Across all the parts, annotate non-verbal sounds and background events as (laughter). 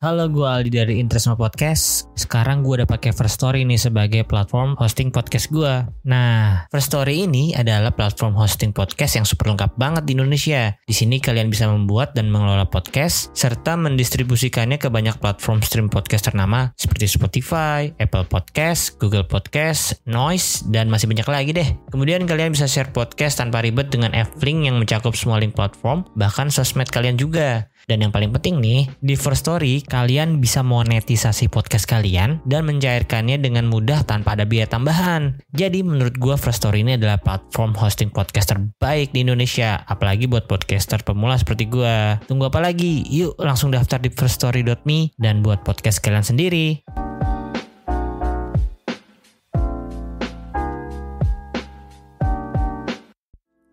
Halo, gue Aldi dari Interestma Podcast. Sekarang gue udah pakai First Story nih sebagai platform hosting podcast gue. Nah, First Story ini adalah platform hosting podcast yang super lengkap banget di Indonesia. Di sini kalian bisa membuat dan mengelola podcast serta mendistribusikannya ke banyak platform stream podcast ternama seperti Spotify, Apple Podcast, Google Podcast, Noise, dan masih banyak lagi deh. Kemudian kalian bisa share podcast tanpa ribet dengan F-Link yang mencakup semua link platform, bahkan sosmed kalian juga. Dan yang paling penting nih, di First Story kalian bisa monetisasi podcast kalian dan mencairkannya dengan mudah tanpa ada biaya tambahan. Jadi menurut gua First Story ini adalah platform hosting podcast terbaik di Indonesia, apalagi buat podcaster pemula seperti gua. Tunggu apa lagi? Yuk langsung daftar di firststory.me dan buat podcast kalian sendiri.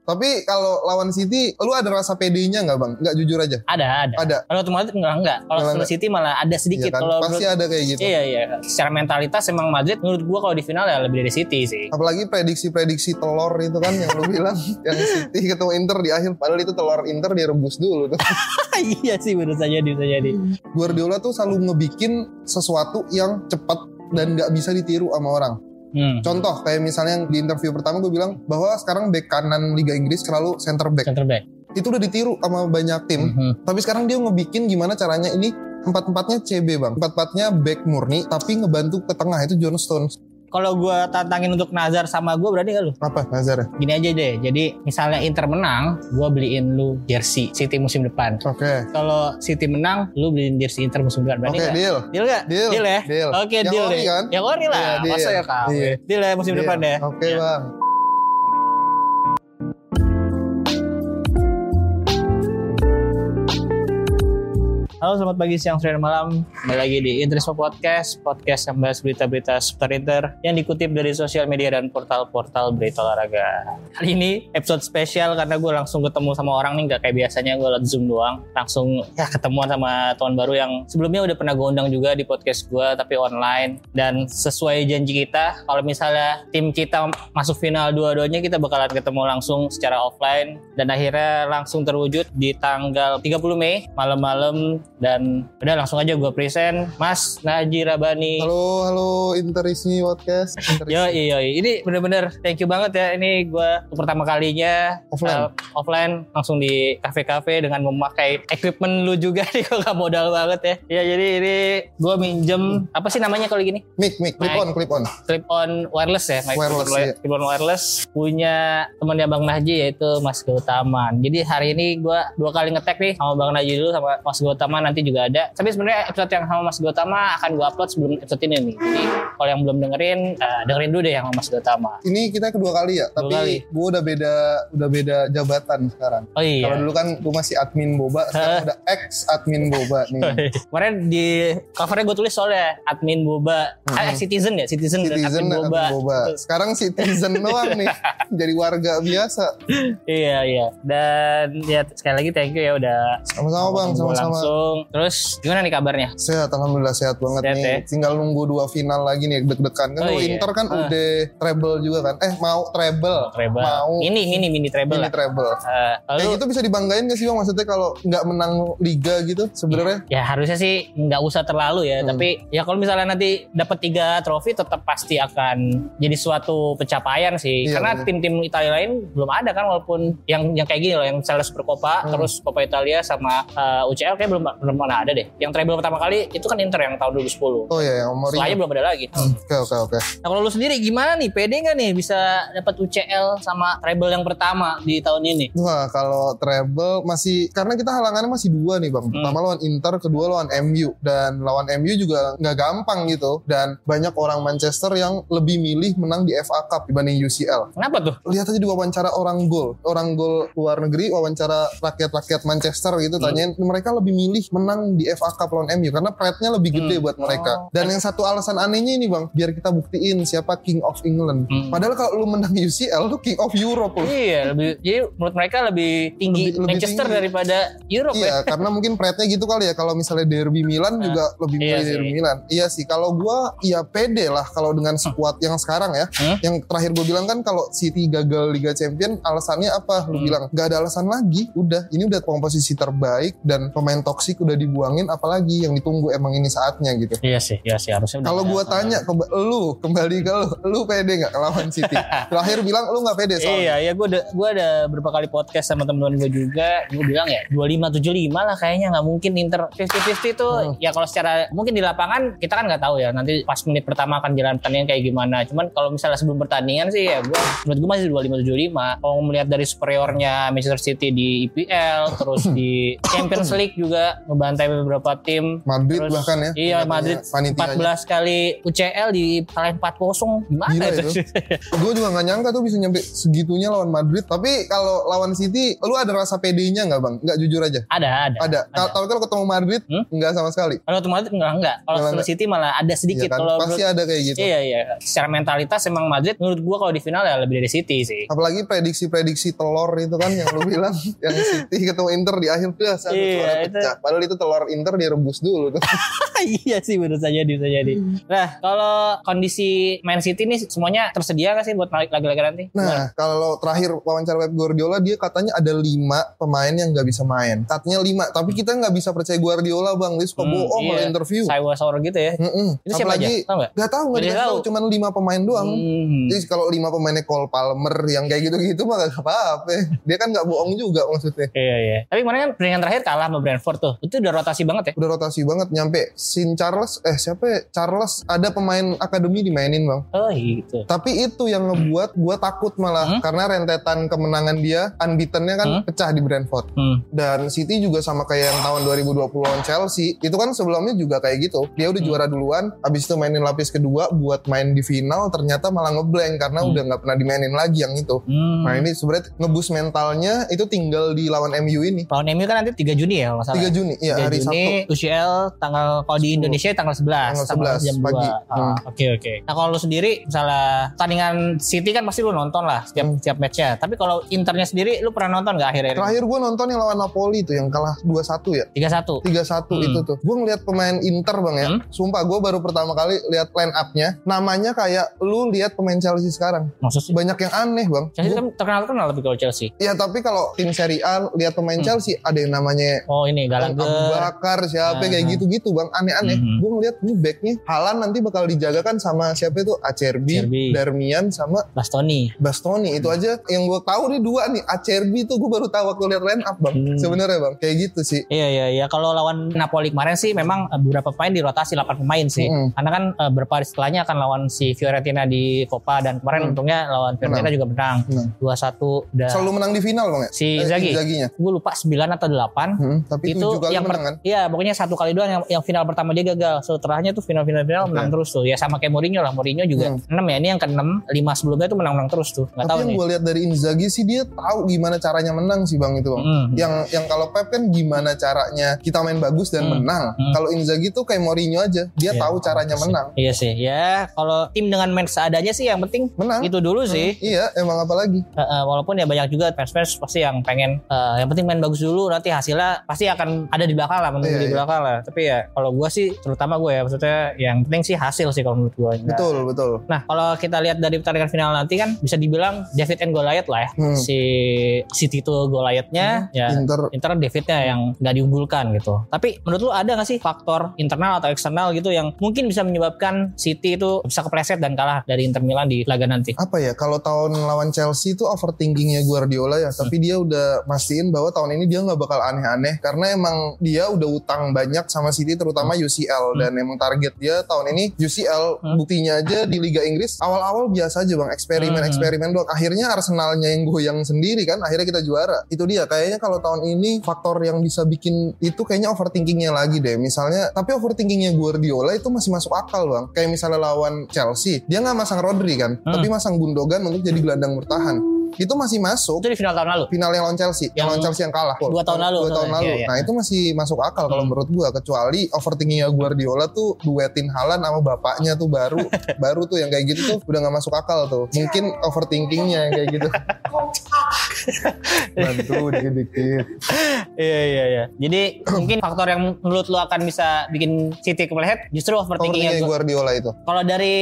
Tapi kalau lawan City, lu ada rasa PD-nya nggak bang? Nggak jujur aja. Ada, ada. Ada. Kalau otomatis enggak enggak. Kalau Enggak, Solo enggak. City malah ada sedikit. Iya kan? Kalau Pasti menurut- ada kayak gitu. Iya, iya. Secara mentalitas emang Madrid menurut gua kalau di final ya lebih dari City (laughs) sih. Apalagi prediksi-prediksi telur itu kan yang (laughs) lu bilang yang City ketemu Inter di akhir padahal itu telur Inter direbus dulu tuh. iya sih benar saja bisa jadi. Guardiola tuh selalu ngebikin sesuatu yang cepat dan nggak bisa ditiru sama orang. Hmm. Contoh kayak misalnya yang di interview pertama gue bilang bahwa sekarang back kanan Liga Inggris selalu center back. Center back. Itu udah ditiru sama banyak tim. Mhm. Tapi sekarang dia ngebikin gimana caranya ini empat-empatnya CB bang. Empat-empatnya back murni tapi ngebantu ke tengah itu John Stones. Kalau gua tantangin untuk Nazar sama gua berani gak lu? Apa Nazar ya? Gini aja deh. Jadi misalnya Inter menang, gua beliin lu jersey City musim depan. Oke. Kalau City menang, lu beliin jersey Inter musim depan. Oke Berani nggak? deal. Deal nggak? Deal. Deal ya? Deal. Oke, Yang deal ori deh. kan? Yang ori lah. Iya, deal. Masa ya kau? Iya. Deal ya musim Deal. depan deh. Oke Iya. bang. Halo selamat pagi, siang, sore, dan malam Kembali lagi di Interest Podcast Podcast yang bahas berita-berita seputar Inter Yang dikutip dari sosial media dan portal-portal berita olahraga Kali ini episode spesial karena gue langsung ketemu sama orang nih Gak kayak biasanya gue lewat Zoom doang Langsung ya ketemuan sama teman baru yang sebelumnya udah pernah gue undang juga di podcast gue Tapi online Dan sesuai janji kita Kalau misalnya tim kita masuk final dua-duanya Kita bakalan ketemu langsung secara offline Dan akhirnya langsung terwujud di tanggal 30 Mei Malam-malam Dan udah langsung aja gue present Mas Najir Rabani Halo halo Interismi podcast. Interismi. Yo, iya. yo, ini bener-bener thank you banget ya. Ini gue pertama kalinya Offline. uh, offline langsung di kafe-kafe dengan memakai equipment lu juga (laughs) nih kalau nggak modal banget ya. Ya jadi ini gue minjem apa sih namanya kalau gini? Mik mik clip Mic. on clip on. Clip on wireless ya, mic Wireless, clip on- iya. clip on wireless punya temannya Bang Nahji yaitu Mas Gautaman. Jadi hari ini gue dua kali ngetek nih sama Bang Nahji dulu sama Mas Gautaman nanti juga ada. Tapi sebenarnya episode yang sama Mas Gautama akan gue upload sebelum episode ini nih. Jadi kalau yang belum dengerin eh, dengerin dulu deh yang sama Mas Gautama. Ini kita kedua kali ya, Kedua tapi gue udah beda udah beda jabatan sekarang. Oh iya. Kalau dulu kan gue masih admin boba, sekarang udah ex admin boba (laughs) nih. Iya. Kemarin di covernya gue tulis soalnya admin boba, eh, citizen ya, citizen, Hmm. Citizen dan admin boba. admin boba. Terus, Sekarang (laughs) citizen doang nih, jadi warga biasa. iya iya. Dan ya sekali lagi thank you ya udah Sama-sama bang, ketemu sama-sama. langsung. Terus gimana nih kabarnya? Sehat, alhamdulillah sehat banget Sehat, nih. ya? Tinggal nunggu dua final lagi nih, deg-degan kan. Oh, Kalau iya. Inter kan Ah. udah treble juga kan. Eh mau treble, Treble. mau Mini mini mini treble ini lah. treble. Eh, Kayak lalu gitu bisa dibanggain gak sih bang? Maksudnya kalau nggak menang liga gitu sebenarnya ya harusnya sih nggak usah terlalu ya Hmm. tapi ya kalau misalnya nanti dapat tiga trofi tetap pasti akan jadi suatu pencapaian sih Iya, karena bener. tim-tim Italia lain belum ada kan walaupun yang yang kayak gini loh yang misalnya Supercoppa Hmm. terus Coppa Italia sama eh, UCL kayak belum belum pernah ada deh yang treble pertama kali itu kan Inter yang tahun 2010 Oh iya, Hmm. yang Mourinho. Selainnya belum ada lagi Oke oke oke. nah kalau lu sendiri gimana nih pede nggak nih bisa dapat UCL sama treble yang pertama di tahun ini Wah kalau treble masih karena kita halangannya masih dua nih Hmm. bang. Pertama lawan Inter, kedua lawan MU dan lawan MU juga nggak gampang gitu. Dan banyak orang Manchester yang lebih milih menang di FA Cup dibanding UCL. kenapa tuh Lihat aja di wawancara orang gol, orang gol luar negeri, wawancara rakyat-rakyat Manchester gitu. Hmm. Tanyain mereka lebih milih menang di FA Cup lawan MU karena pride-nya lebih gede Hmm. buat mereka. Oh. Dan yang satu alasan anehnya ini bang, biar kita buktiin siapa King of England. Hmm. Padahal kalau lu menang UCL, lu King of Europe loh. Iya, lebih jadi menurut mereka lebih tinggi Lebih- lebih Manchester tinggi. daripada Europe ya. (laughs) Iya, karena mungkin pride-nya gitu kali ya. Kalau misalnya derby Milan Nah, juga lebih iya milih sih. derby Milan. Iya sih. Kalau gua ya pede lah kalau dengan squad yang sekarang ya. Hmm? Yang terakhir gue bilang kan kalau City gagal Liga Champion, alasannya apa? Lu Hmm. bilang nggak ada alasan lagi. Udah, ini udah komposisi terbaik dan pemain toksik udah udah dibuangin apalagi yang ditunggu emang ini saatnya gitu. Iya sih, iya sih harusnya. udah Kalau ada gua sama- tanya ke lu kembali ke lu, lu pede nggak lawan (laughs) City? Terakhir bilang lu nggak pede soalnya. Iya, iya gue ada, gua ada berapa kali podcast sama teman-teman gue juga. Gue bilang ya 25-75 lah kayaknya nggak mungkin Inter 50-50 tuh. Hmm. Ya kalau secara mungkin di lapangan kita kan nggak tahu ya nanti pas menit pertama akan jalan pertandingan kayak gimana. Cuman kalau misalnya sebelum pertandingan sih ya gue menurut gue masih 25-75. Kalau melihat dari superiornya Manchester City di IPL terus (coughs) di Champions League juga ngebantai beberapa tim. Madrid Terus- bahkan ya. Iya Madrid Panitia 14 kali UCL di kalian 4-0 gimana Gila itu? Gue juga nggak nyangka tuh bisa nyampe segitunya lawan Madrid. Tapi kalau lawan City, lu ada rasa pedenya nggak bang? Nggak jujur aja. (laughs) ada ada. Ada. Kalau- Tapi kalau ketemu Madrid, Hmm? nggak sama sekali. Kalau otomatis enggak enggak. Kalau Enggak, Manchester City malah ada sedikit Iya kan? kalau Pasti ada kayak menurut- gitu. Iya iya. Secara mentalitas emang Madrid menurut gua kalau di final ya lebih dari City (laughs) sih. Apalagi prediksi-prediksi telur itu kan yang lu bilang (laughs) yang City ketemu Inter di akhir tuh satu Iya, suara itu- pecah. Padahal itu telur Inter direbus dulu tuh. iya sih benar saja bisa jadi. Nah, kalau kondisi Man City nih semuanya tersedia nggak sih buat lagi-lagi nanti? Nah, kalau terakhir wawancara Pep Guardiola dia katanya ada lima pemain yang nggak bisa main. Katanya lima, tapi kita nggak bisa percaya Guardiola bang. Dia suka Hmm, bohong iya. kalau interview. Saya wasor gitu ya. Mm-mm. Itu siapa Apalagi aja? Tahu nggak? Gak tahu Nggak nggak dikasih tahu. tahu cuman lima pemain doang. Hmm. Jadi kalau lima pemainnya Cole Palmer yang kayak gitu-gitu mah gak apa-apa. Dia kan nggak bohong juga maksudnya. Iya iya. Tapi kemarin kan pertandingan terakhir kalah sama Brentford tuh. Itu udah rotasi banget ya. Udah rotasi banget nyampe Sin Charles eh siapa ya? Charles ada pemain akademi dimainin bang. Oh gitu. Tapi itu yang ngebuat gue takut malah Hmm? karena rentetan kemenangan dia unbeatennya kan Hmm? pecah di Brentford Hmm. dan City juga sama kayak yang tahun 2020 lawan Chelsea itu kan sebelumnya juga kayak gitu dia udah Hmm. juara duluan habis itu mainin lapis kedua buat main di final ternyata malah ngeblank karena Hmm. udah nggak pernah dimainin lagi yang itu Hmm. Nah ini sebenarnya ngebus mentalnya itu tinggal di lawan MU ini. Lawan MU kan nanti 3 Juni ya kalau nggak salah. 3 Juni, ya 3 hari Juni, Sabtu. UCL tanggal kalau di 10. Indonesia tanggal 11 Tanggal 11 jam pagi. 2. Ah, Hmm. Oke oke. Nah kalau lu sendiri misalnya tandingan City kan pasti lu nonton lah setiap Hmm. setiap matchnya. Tapi kalau Internya sendiri lu pernah nonton nggak akhir-akhir ini? Terakhir gue nonton yang lawan Napoli itu yang kalah 2-1 ya. 3-1. 3-1 Hmm. itu tuh. Gue ngeliat pemain Inter bang ya. Hmm. Sumpah gue baru pertama kali lihat line up-nya. Namanya kayak lu lihat pemain Chelsea sekarang. Maksud sih? Banyak yang aneh bang. Chelsea Gua- kan terkenal kenal lebih kalau Chelsea. ya tapi kalau tim Serie A lihat pemain Hmm. Chelsea ada yang namanya Oh ini Abu Gallagher. Bakar siapa Ah. kayak gitu-gitu bang aneh-aneh Mhm. gue ngeliat ini backnya Halan nanti bakal dijaga kan sama siapa itu Acerbi, Acerbi. Hmm. Darmian sama Bastoni. Bastoni itu aja yang gue tahu nih dua nih Acerbi tuh gue baru tahu waktu lihat line up bang Hmm. sebenarnya bang kayak gitu sih Iya iya iya kalau lawan Napoli kemarin sih memang eh, beberapa pemain dirotasi 8 pemain sih. Mm. Karena kan eh, beberapa hari setelahnya akan lawan si Fiorentina di Copa dan kemarin Hmm. untungnya lawan Fiorentina juga menang. Menang. 2-1 udah selalu menang di final bang ya si Eh, Zagi. Inzaghi-nya. Gue lupa 9 atau 8. Hmm, tapi Iya, Itu tujuh kali yang menang kan per- Iya, pokoknya satu kali doang yang, yang final pertama dia gagal. Setelahnya tuh final-final final Oke. Hmm. menang terus tuh. Ya sama kayak Mourinho lah. Mourinho juga 6 ya. Ini yang ke-6. 5 sebelumnya tuh menang-menang terus tuh. Gak tahu tapi yang nih. gue lihat dari Inzaghi sih dia tahu gimana caranya menang sih bang itu bang Mm. yang yang kalau Pep kan gimana caranya kita main bagus dan Hmm. menang Hmm. kalau Inzaghi tuh kayak Mourinho aja dia Iya, tahu caranya sih. menang Iya sih. Ya, kalau tim dengan main seadanya sih yang penting menang itu dulu sih. iya emang apa lagi Eh, eh, walaupun ya banyak juga fans-fans pasti yang pengen eh, yang penting main bagus dulu nanti hasilnya pasti akan ada di belakang lah menunggu Iya, di iya. belakang lah tapi ya kalau gua sih terutama gue ya maksudnya yang penting sih hasil sih kalau menurut gue betul betul Nah, kalau kita lihat dari pertandingan final nanti kan bisa dibilang David and Goliath lah ya. Hmm. Si City itu Goliathnya ya Inter Inter Davidnya yang nggak diunggulkan gitu. Tapi menurut lu ada nggak sih faktor internal atau eksternal gitu yang mungkin bisa menyebabkan City itu bisa kepleset dan kalah dari Inter Milan di laga nanti? apa ya kalau tahun lawan Chelsea itu overthinkingnya Guardiola ya tapi dia udah mastiin bahwa tahun ini dia nggak bakal aneh-aneh karena emang dia udah utang banyak sama City terutama UCL dan emang target dia tahun ini UCL Hmm. buktinya aja di Liga Inggris awal-awal biasa aja bang eksperimen-eksperimen Hmm. doang akhirnya Arsenalnya yang goyang sendiri kan akhirnya kita juara itu dia kayaknya kalau tahun ini faktor yang bisa bikin itu kayaknya overthinkingnya lagi deh misalnya tapi overthinkingnya Guardiola itu masih masuk akal bang kayak misalnya lawan Chelsea dia nggak masang Rodri kan Hmm. tapi tapi masang Gundogan untuk jadi gelandang bertahan itu masih masuk Itu di final tahun lalu. final yang lawan Chelsea yang, Yang lawan Chelsea yang kalah dua tahun lalu. dua tahun Iya, lalu iya. nah itu masih masuk akal kalau Hmm. menurut gua kecuali overthinkingnya Guardiola tuh duetin Halan sama bapaknya tuh baru (laughs) baru tuh yang kayak gitu tuh udah nggak masuk akal tuh mungkin (laughs) overthinkingnya yang kayak gitu bantu dikit-dikit Iya iya iya. (clears throat) Jadi mungkin faktor yang menurut lu akan bisa bikin City kepleset justru overthinking Overthinkingnya yang Guardiola itu. kalau dari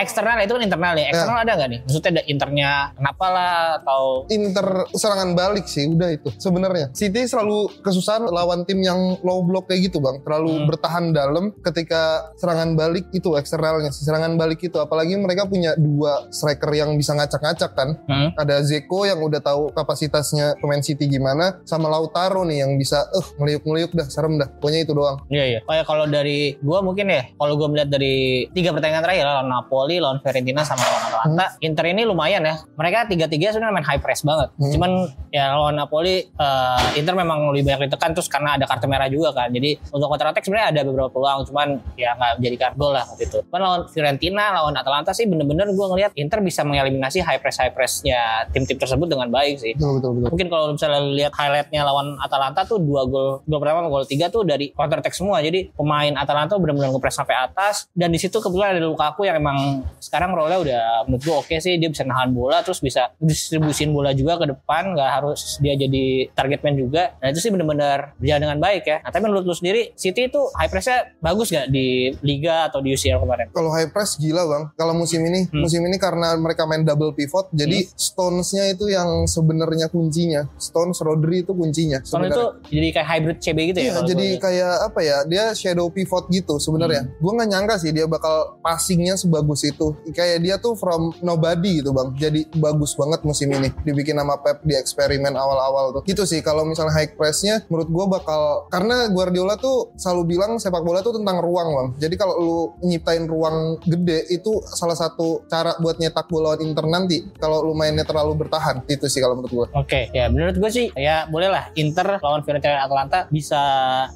eksternal itu kan internal ya. Eksternal ada nggak nih? Maksudnya ada internya kenapa lah atau Inter serangan balik sih udah itu sebenarnya City selalu kesusahan lawan tim yang low block kayak gitu bang terlalu Hmm. bertahan dalam ketika serangan balik itu eksternalnya sih, serangan balik itu apalagi mereka punya dua striker yang bisa ngacak-ngacak kan Hmm. ada Zeko yang udah tahu kapasitasnya pemain City gimana sama Lautaro nih yang bisa eh ngeliuk-ngeliuk dah serem dah pokoknya itu doang Iya iya. Oh ya kalau dari gua mungkin ya, kalau gua melihat dari tiga pertandingan terakhir lawan Napoli, lawan Fiorentina sama lawan Atalanta, Inter ini lumayan ya. Mereka tiga-tiga sebenarnya main high press banget. Hmm. Cuman ya lawan Napoli eh, Inter memang lebih banyak ditekan terus karena ada kartu merah juga kan. Jadi untuk counter attack sebenarnya ada beberapa peluang cuman ya nggak menjadikan gol lah waktu itu. Cuman lawan Fiorentina, lawan Atalanta sih bener-bener gua ngelihat Inter bisa mengeliminasi high press high pressnya tim-tim tersebut dengan baik sih betul betul betul mungkin kalau misalnya lu lihat highlightnya lawan Atalanta tuh dua gol gol pertama sama gol tiga tuh dari counter attack semua jadi pemain Atalanta benar-benar ngepres sampai atas dan di situ kebetulan ada Lukaku yang emang sekarang role udah menurut gue oke sih dia bisa nahan bola terus bisa distribusin bola juga ke depan nggak harus dia jadi target man juga nah itu sih benar-benar berjalan dengan baik ya nah tapi menurut lu sendiri City itu high pressnya bagus nggak di Liga atau di UCL kemarin kalau high press gila bang kalau musim ini Hmm. musim ini karena mereka main double pivot jadi Stones-nya itu yang sebenarnya kuncinya Stones Rodri itu kuncinya soalnya itu sebenarnya. jadi kayak hybrid CB gitu ya Iya, kalau jadi gua lihat. kayak apa ya? Dia shadow pivot gitu sebenarnya. Gue nggak nyangka sih dia bakal passingnya sebagus itu. Kayak dia tuh from nobody gitu bang. Jadi bagus banget musim ini. Dibikin sama Pep di eksperimen awal-awal tuh. Gitu sih. Kalau misalnya high pressnya, menurut gue bakal karena Guardiola tuh selalu bilang sepak bola tuh tentang ruang bang. Jadi kalau lu nyiptain ruang gede itu salah satu cara buat nyetak gol lawan Inter nanti. Kalau lu mainnya terlalu bertahan, itu sih kalau menurut gue. Oke, ya menurut gue sih ya bolehlah Inter lawan Fiorentina dan Atalanta bisa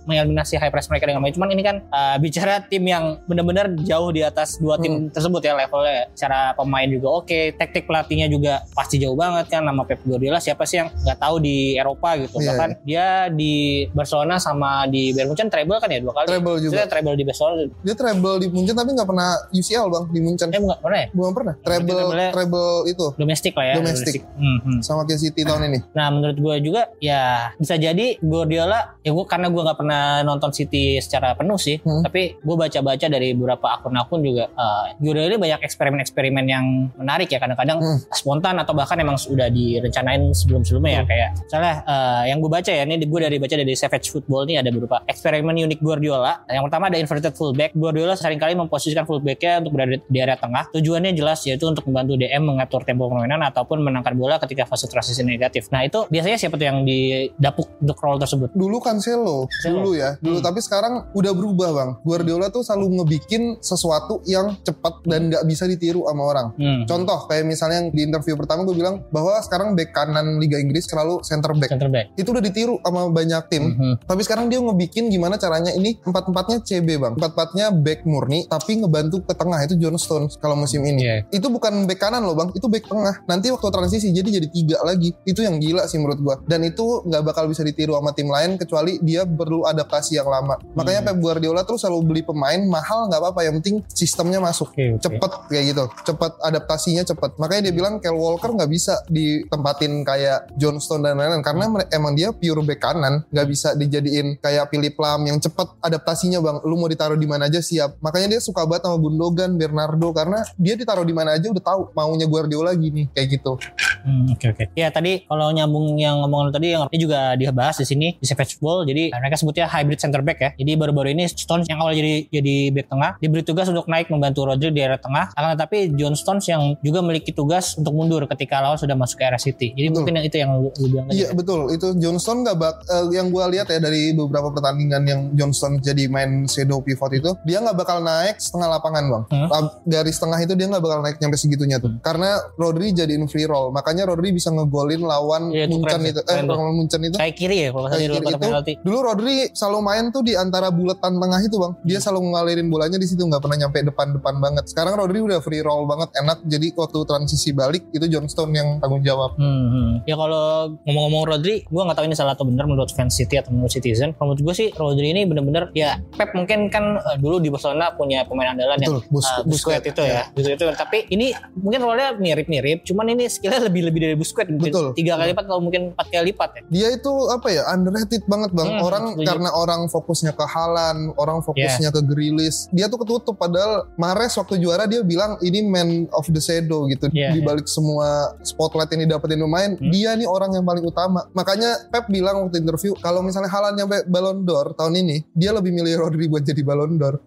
mengeliminasi high press mereka dengan baik. Cuman ini kan eh, bicara tim yang benar-benar jauh di atas dua tim Hmm. tersebut ya levelnya. Cara pemain juga oke, taktik pelatihnya juga pasti jauh banget kan. Nama Pep Guardiola siapa sih yang nggak tahu di Eropa gitu. Iya, Bahkan dia di Barcelona sama di Bayern Munchen treble kan ya dua kali. Treble juga. Maksudnya treble di Barcelona. Dia treble di Munchen tapi nggak pernah UCL bang di Munchen. Eh enggak pernah ya? Belum pernah. Treble treble-nya- treble itu Domestik lah ya. Domestik. Hmm, hmm. sama kayak City tahun ini. Nah menurut gue juga ya bisa jadi Guardiola ya gue karena gue nggak pernah nonton City secara penuh sih, Hmm. tapi gue baca-baca dari beberapa akun-akun juga eh, Guardiola ini banyak eksperimen-eksperimen yang menarik ya kadang-kadang Hmm. spontan atau bahkan emang sudah direncanain sebelum-sebelumnya ya kayak misalnya eh, yang gue baca ya ini gue dari baca dari Savage Football nih ada beberapa eksperimen unik Guardiola. Nah, Yang pertama ada inverted fullback. Guardiola seringkali memposisikan fullbacknya untuk berada di area tengah. Tujuannya jelas yaitu untuk membantu DM mengatur tempo permainan ataupun menangkap bola ketika fase transisi negatif. Nah itu biasanya siapa tuh yang didapuk untuk role tersebut? Dulu Cancelo, Cancelo. dulu ya, dulu Hmm. tapi sekarang udah berubah bang. Guardiola tuh selalu ngebikin sesuatu yang cepat dan nggak bisa ditiru sama orang. Hmm. Contoh kayak misalnya yang di interview pertama gue bilang bahwa sekarang back kanan Liga Inggris selalu center back. Center back. Itu udah ditiru sama banyak tim. Mhm. Tapi sekarang dia ngebikin gimana caranya ini empat empatnya CB bang, empat empatnya back murni tapi ngebantu ke tengah itu John Stones kalau musim ini. Iya. itu bukan back kanan loh bang itu back tengah nanti waktu transisi jadi jadi tiga lagi itu yang gila sih menurut gua dan itu nggak bakal bisa ditiru sama tim lain kecuali dia perlu adaptasi yang lama makanya Pep Guardiola terus selalu beli pemain mahal nggak apa-apa yang penting sistemnya masuk Oke, oke. cepet kayak gitu cepet adaptasinya cepet makanya dia bilang Kyle Walker nggak bisa ditempatin kayak Johnstone dan lain-lain karena mere- emang dia pure back kanan nggak bisa dijadiin kayak Philip Lam yang cepet adaptasinya bang lu mau ditaruh di mana aja siap makanya dia suka banget sama Gundogan Bernardo karena dia ditaruh di mana aja udah tahu maunya Guardiola gini kayak gitu Hmm, oke oke. Ya tadi kalau nyambung yang ngomongan lu tadi yang ini juga dibahas di sini di Savage Ball. Jadi mereka sebutnya hybrid center back ya. Jadi baru-baru ini Stones yang awal jadi jadi back tengah diberi tugas untuk naik membantu Rodri di area tengah. Akan tetapi John Stones yang juga memiliki tugas untuk mundur ketika lawan sudah masuk ke area City. Jadi Betul. mungkin yang itu yang lu, lu bilang tadi. Iya betul itu Johnstone nggak bak eh, yang gue lihat ya dari beberapa pertandingan yang Johnstone jadi main shadow pivot itu dia nggak bakal naik setengah lapangan bang Hmm. Lap- garis tengah itu dia nggak bakal naik nyampe segitunya tuh karena Rodri jadiin free roll makanya Rodri bisa ngegolin lawan Iya, itu Munchen keren itu sih, eh keren tuh. lawan Munchen itu Kayak kiri ya kalau nggak salah di luar Kayak kiri kotak itu. penalti. dulu Rodri selalu main tuh di antara bulatan tengah itu bang Hmm. dia selalu ngalirin bolanya di situ nggak pernah nyampe depan-depan banget sekarang Rodri udah free roll banget enak jadi waktu transisi balik itu Johnstone yang tanggung jawab Hmm, hmm. Ya kalau ngomong-ngomong Rodri, gue nggak tahu ini salah atau benar menurut fans City atau menurut Citizen. Kalau Menurut gue sih Rodri ini bener-bener ya Pep mungkin kan eh, dulu di Barcelona punya pemain andalan yang betul bus, Uh, Busquets. Busquets Iya. itu ya. Busquets itu. Tapi ini mungkin role-nya mirip-mirip, cuman ini skillnya lebih-lebih dari Busquets. Mungkin Betul. Tiga kali lipat atau mungkin empat kali lipat ya. dia itu apa ya underrated banget bang. Hmm, orang setuju. karena orang fokusnya ke Halan, orang fokusnya ke Grilis. Dia tuh ketutup padahal Mares waktu juara dia bilang ini man of the shadow gitu. Iya, Di balik semua spotlight yang didapetin pemain, Hmm. dia nih orang yang paling utama. Makanya Pep bilang waktu interview kalau misalnya Halan nyampe Ballon d'Or tahun ini, dia lebih milih Rodri buat jadi Ballon d'Or.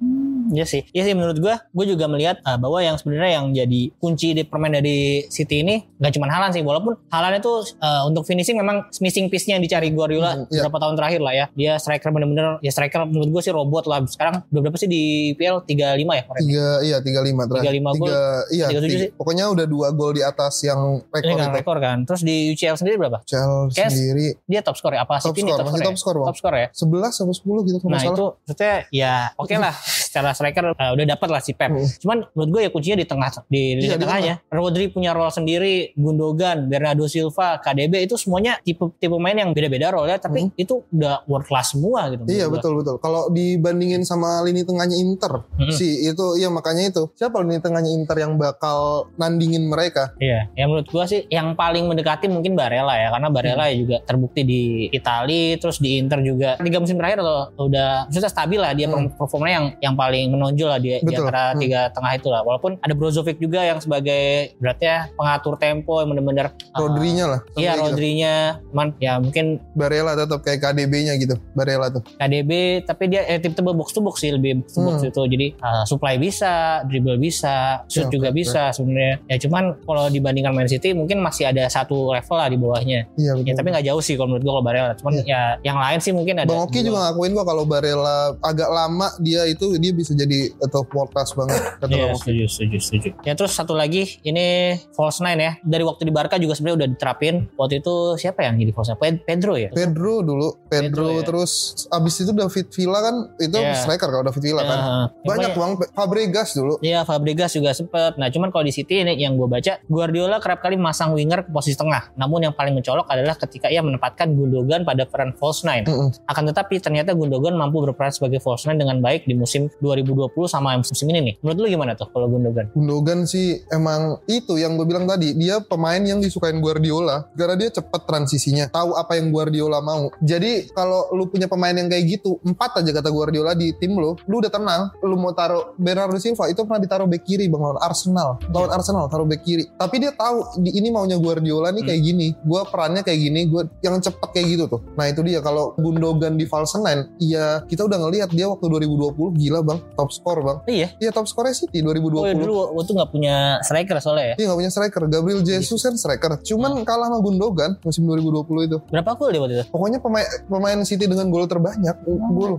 Iya sih, iya sih menurut gue, gue juga melihat uh, bahwa yang sebenarnya yang jadi kunci di permen dari City ini gak cuma Halan sih, walaupun Halan itu uh, untuk finishing memang missing piece-nya yang dicari Guardiola Hmm, iya. beberapa tahun terakhir lah ya. Dia striker bener-bener, ya striker menurut gue sih robot lah. Sekarang udah berapa sih di PL 35 ya? Kemarin? Tiga, iya tiga lima terakhir. 35 gol, Tiga, iya. 37 tiga- sih. Pokoknya udah dua gol di atas yang Ini rekor kan itu. rekor kan. Terus di UCL sendiri berapa? Chelsea Kes- sendiri Dia top score ya? Apa top City ini score, top masih score top ya? score bang. Top score ya? 11 atau 10 gitu kalau Nah nggak salah. itu maksudnya ya oke lah secara striker uh, udah dapat lah si Pep. Hmm. Cuman menurut gue ya kuncinya di tengah di lini Iya, di tengahnya. Rodri punya role sendiri, Gundogan, Bernardo Silva, KDB itu semuanya tipe tipe main yang beda-beda role tapi itu udah world class semua gitu. Hmm. Iya menurut betul betul. Kalau dibandingin sama lini tengahnya Inter gue. Mm-mm. sih itu iya makanya itu. Siapa lini tengahnya Inter yang bakal nandingin mereka? Iya, ya menurut gua sih yang paling mendekati mungkin Barella ya karena Barella Hmm. ya juga terbukti di Itali terus di Inter juga tiga musim terakhir loh udah maksudnya stabil lah dia Hmm. performanya yang yang paling menonjol lah di, di Betul. antara Hmm. tiga tengah itu lah walaupun ada Brozovic juga yang sebagai berarti ya pengatur tempo yang benar-benar Rodrinya lah. uh, iya Sampai gitu. Rodrinya cuman ya mungkin Barella tetap kayak KDB-nya gitu. Barella tuh. KDB tapi dia eh, tipe box to box sih lebih box to box Hmm. itu jadi uh, supply bisa dribble bisa shoot Ya, juga oke, bisa sebenarnya ya cuman kalau dibandingkan Man City mungkin masih ada satu level lah di bawahnya Iya betul. ya tapi nggak jauh sih kalau menurut gue kalau Barella cuman ya yang lain sih mungkin ada Bang Oki juga ngakuin gua kalau Barella agak lama dia itu dia bisa jadi top world class banget (coughs) kata Iya, Bang Oki. setuju, setuju, setuju. Ya terus satu lagi ini false nine ya. Dari waktu di Barca juga sebenarnya udah diterapin. Waktu itu siapa yang jadi false nine? Ped- Pedro ya. Pedro dulu, Pedro, Pedro, ya. terus abis itu David Villa kan itu Iya. striker kalau David Villa kan. Nah, Banyak pokoknya- bang, Fabregas dulu. Iya Fabregas juga sempet. Nah cuman kalau di City ini yang gue baca Guardiola kerap kali masang winger ke posisi tengah. Namun yang paling mencolok adalah ketika ia menempatkan Gundogan pada peran false nine. Mm-mm. Akan tetapi ternyata Gundogan mampu berperan sebagai false nine dengan baik di musim 2020 sama musim ini nih. Menurut lu gimana tuh kalau Gundogan? Gundogan sih emang itu yang gue bilang tadi dia pemain yang disukain Guardiola karena dia cepet transisinya tahu apa yang Guardiola mau jadi kalau lu punya pemain yang kayak gitu empat aja kata Guardiola di tim lu lu udah tenang lu mau taruh Bernardo Silva itu pernah ditaruh back kiri bang lawan Arsenal lawan Iya. Arsenal taruh back kiri tapi dia tahu di ini maunya Guardiola Hmm. nih kayak gini gue perannya kayak gini gue yang cepet kayak gitu tuh nah itu dia kalau Gundogan di false nine ya kita udah ngelihat dia waktu 2020 gila bang top skor bang Iya. iya top skornya City 2020 Oh ya dulu waktu nggak punya striker soalnya ya. Iya gak punya striker. Gabriel Iya. Jesus kan striker. Cuman kalah sama Gundogan kan, musim 2020 itu. Berapa gol dia waktu itu? (laughs) Pokoknya pemain pemain City dengan gol terbanyak. Iya. u- Gol.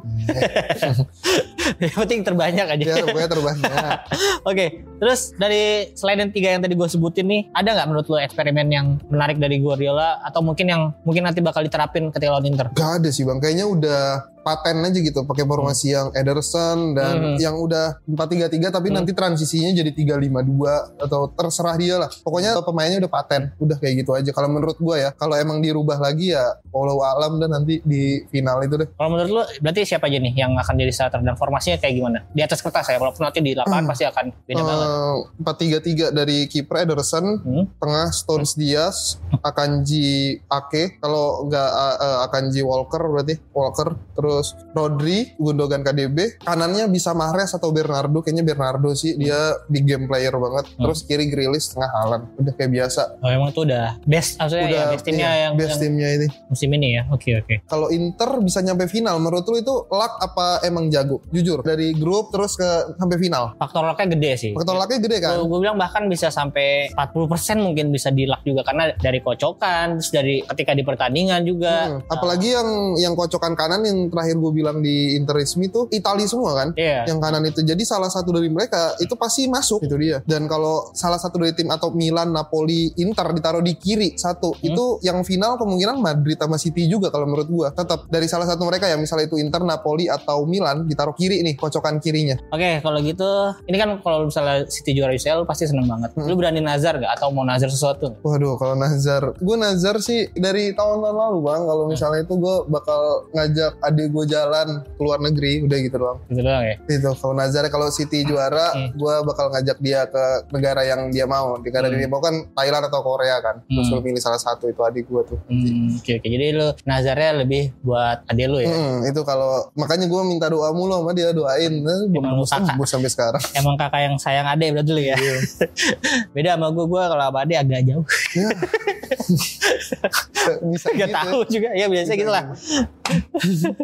Yang penting terbanyak aja. Ya pokoknya terbanyak. (laughs) Oke, terus dari selain yang tiga yang tadi gue sebutin nih, ada nggak menurut lo eksperimen yang menarik dari Guardiola atau mungkin yang mungkin nanti bakal diterapin ketika lawan Inter? gak ada sih bang. Kayaknya udah paten aja gitu. Pakai formasi yang Ederson dan Iya. Hmm. yang udah 4-3-3 tapi Hmm. nanti transisinya jadi 3-5-2 atau terserah dia lah. Pokoknya pemainnya udah paten. Udah kayak gitu aja. Kalau menurut gua ya. Kalau emang dirubah lagi ya follow alam dan nanti di final itu deh. Kalau menurut lo, berarti siapa aja nih yang akan jadi starter dan formasinya kayak gimana? Di atas kertas ya, walaupun nanti di lapangan Hmm. pasti akan beda banget. Eh, Empat tiga tiga dari kiper Ederson, Hmm. tengah Stones Diaz, Akanji Ake, kalau nggak eh, eh, Akanji Walker berarti Walker, terus Rodri, Gundogan KDB, kanannya bisa Mahrez atau Bernardo, kayaknya Bernardo sih dia big game player banget, Hmm. terus kiri Grilis, tengah Haaland, udah kayak biasa, Oh, emang itu udah best, maksudnya udah ya best timnya iya, yang, best yang teamnya ini. musim ini ya. Oke oke. Kalau Inter bisa nyampe final, menurut lu itu luck apa emang jago? Jujur dari grup terus ke sampai final, Faktor lucknya gede sih. faktor lucknya gede kan? Gue bilang bahkan bisa sampai 40% mungkin bisa dilak juga karena dari kocokan, terus dari ketika di pertandingan juga. Hmm, Apalagi yang yang kocokan kanan yang terakhir gue bilang di Interismi tuh Itali semua kan. Iya. Yang kanan itu jadi salah satu dari mereka itu pasti masuk itu dia. Dan kalau salah satu dari tim atau Milan, Napoli, Inter ditaruh di kiri satu Hmm. itu yang final kemungkinan Madrid sama City juga kalau menurut gue. Tetap dari salah satu mereka ya misalnya itu Inter, Napoli atau Milan ditaruh kiri nih kocokan kirinya. Oke, kalau gitu, ini kan kalau misalnya City juara UCL pasti seneng banget. Hmm. Lu berani nazar nggak atau mau nazar sesuatu? Waduh kalau Nazar, gue Nazar sih dari tahun-tahun lalu bang. Kalau misalnya itu gue bakal ngajak adik gue jalan ke luar negeri udah gitu doang Gitu doang ya. itu kalau Nazar kalau City juara Hmm. gue bakal ngajak dia ke negara yang dia mau negara Hmm. yang dia mau kan Thailand atau Korea kan terus Hmm. lu milih salah satu itu adik gue tuh Hmm, oke oke. Jadi lu nazarnya lebih buat adik lu ya. Hmm, itu kalau makanya gue minta doa mulu sama dia doain Eh, belum Emang tembus kakak. tembus sampai sekarang Emang kakak yang sayang adik berarti lu ya. Iya. (laughs) Beda sama gue, gue kalau sama adik agak jauh. (laughs) bisa (laughs) Gak gitu. tahu juga. Ya biasanya gitu lah.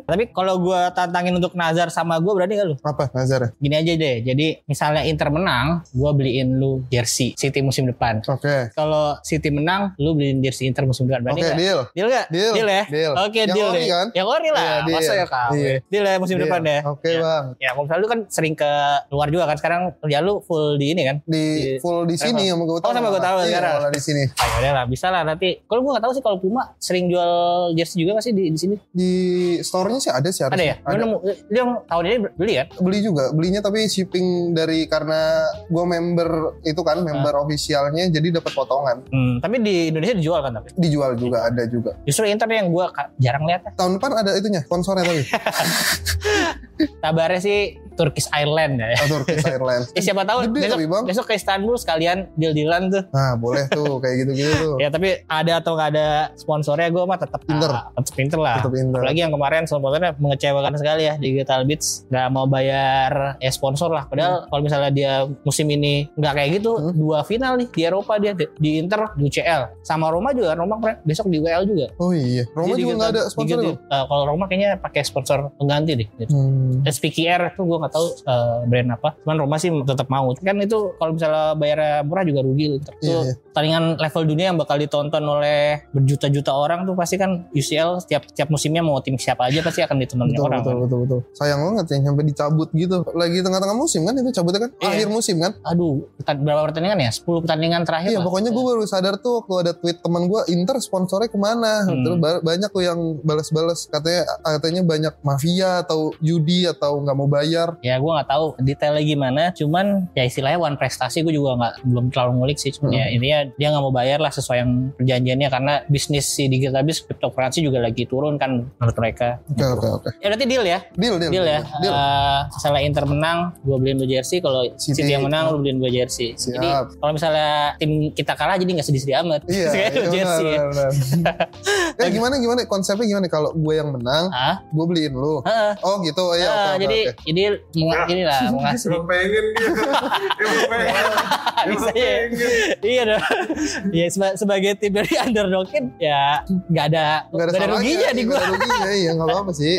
Tapi kalau gue tantangin untuk nazar sama gue berani gak lu? apa Nazar ya? Gini aja deh. Jadi misalnya Inter menang, gue beliin lu jersey City musim depan. oke Kalau City menang, lu beliin jersey Inter musim depan. oke Berani nggak? deal Deal gak? deal ya? deal Oke, Yang deal ori deh. kan? Yang ori lah. Iya, deal. Masa ya kau? Iya. Deal ya musim Deal. depan ya. oke Iya. bang Ya, kalau misalnya lu kan sering ke luar juga kan. Sekarang kerja lu full di ini kan. di Di- full di sini sama gue Oh, sama gua tahu sekarang. malah di sini Ah, yaudah lah, bisa lah nanti. Kalau gua gak tahu sih kalau Puma sering jual jersey juga gak sih di, di sini? di store-nya sih ada sih Ada ya? harusnya. Lu nemu lu yang tahun ini beli kan? beli juga belinya tapi shipping dari karena gue member itu kan member Ah. officialnya jadi dapat potongan Hmm, tapi di Indonesia dijual kan tapi. dijual juga ada juga Justru Inter yang gua ka- jarang lihat. ya. tahun depan ada itunya sponsornya (laughs) tapi Kabarnya sih Turkish Airlines ya. atau Turkish Airlines Eh, siapa tahu gede besok, tapi bang besok ke Istanbul sekalian deal-dealan tuh. nah boleh tuh kayak gitu gitu (laughs) tuh Ya tapi ada atau nggak ada sponsornya gua mah tetap Inter. ah, tetap Inter lah. tetap indah Apalagi yang kemarin sponsornya mengecewakan sekali ya Digital Beats nggak mau bayar ya sponsor lah. Padahal kalau misalnya dia musim ini nggak kayak gitu, Hmm. dua final nih di Eropa dia di di Inter, di UCL, sama Roma juga. Roma kemarin- besok di UCL juga. oh iya Roma Jadi juga Digital- nggak ada Digital- sponsornya Bang? eh, kalau Roma kayaknya pakai sponsor pengganti deh. Gitu. hmm. Dan Speaky Air tuh gue nggak tahu eh, brand apa. Cuman Roma sih tetap mau. Kan itu kalau misalnya bayar murah juga rugi. Inter. Itu Iya, iya. pertandingan level dunia yang bakal ditonton oleh berjuta-juta orang tuh pasti kan UCL setiap tiap musimnya mau tim siapa aja pasti akan ditonton Betul, orang. betul, kan. betul, betul. Sayang banget ya sampai dicabut gitu. Lagi tengah-tengah musim kan itu cabutnya kan? Iya. Akhir musim kan? Aduh, pertan- berapa pertandingan ya? 10 pertandingan terakhir. Iya, lah. pokoknya gue baru sadar tuh waktu ada tweet teman gue Inter sponsornya kemana. Hmm. Terus ba- banyak tuh yang balas-balas katanya katanya banyak mafia atau judi atau nggak mau bayar. Ya gue nggak tahu detailnya gimana, cuman ya istilahnya one prestasi gue juga nggak belum terlalu ngulik sih, cuman Hmm. ya intinya dia nggak mau bayar lah sesuai yang perjanjiannya karena bisnis si digital bis cryptocurrency juga lagi turun kan menurut mereka. Oke oke oke. Ya berarti deal ya, Deal deal. deal ya. Deal. Eh, misalnya Inter menang, gue beliin lu jersey. Kalau City, City yang menang, lu beliin gue jersey. Jadi Siap. kalau misalnya tim kita kalah jadi nggak sedih-sedih amat. (laughs) Iya, Kayak iya, jersey ya. (laughs) benar, benar, benar. eh gimana gimana konsepnya gimana kalau gue yang menang, Hah? gue beliin lu. Heeh. Oh gitu, oh, iya. Ah, oke, oke, jadi oke. jadi meng- ini lah (laughs) mengasih Ya, Emang pengen (laughs) dia. Emang bisa pengen. Emang ya. pengen. Iya dong. Iya seba- sebagai tim dari (laughs) underdogin ya nggak ada Nggak nggak ada, salahnya, ruginya di nggak gua. ada ruginya, iya nggak apa-apa sih.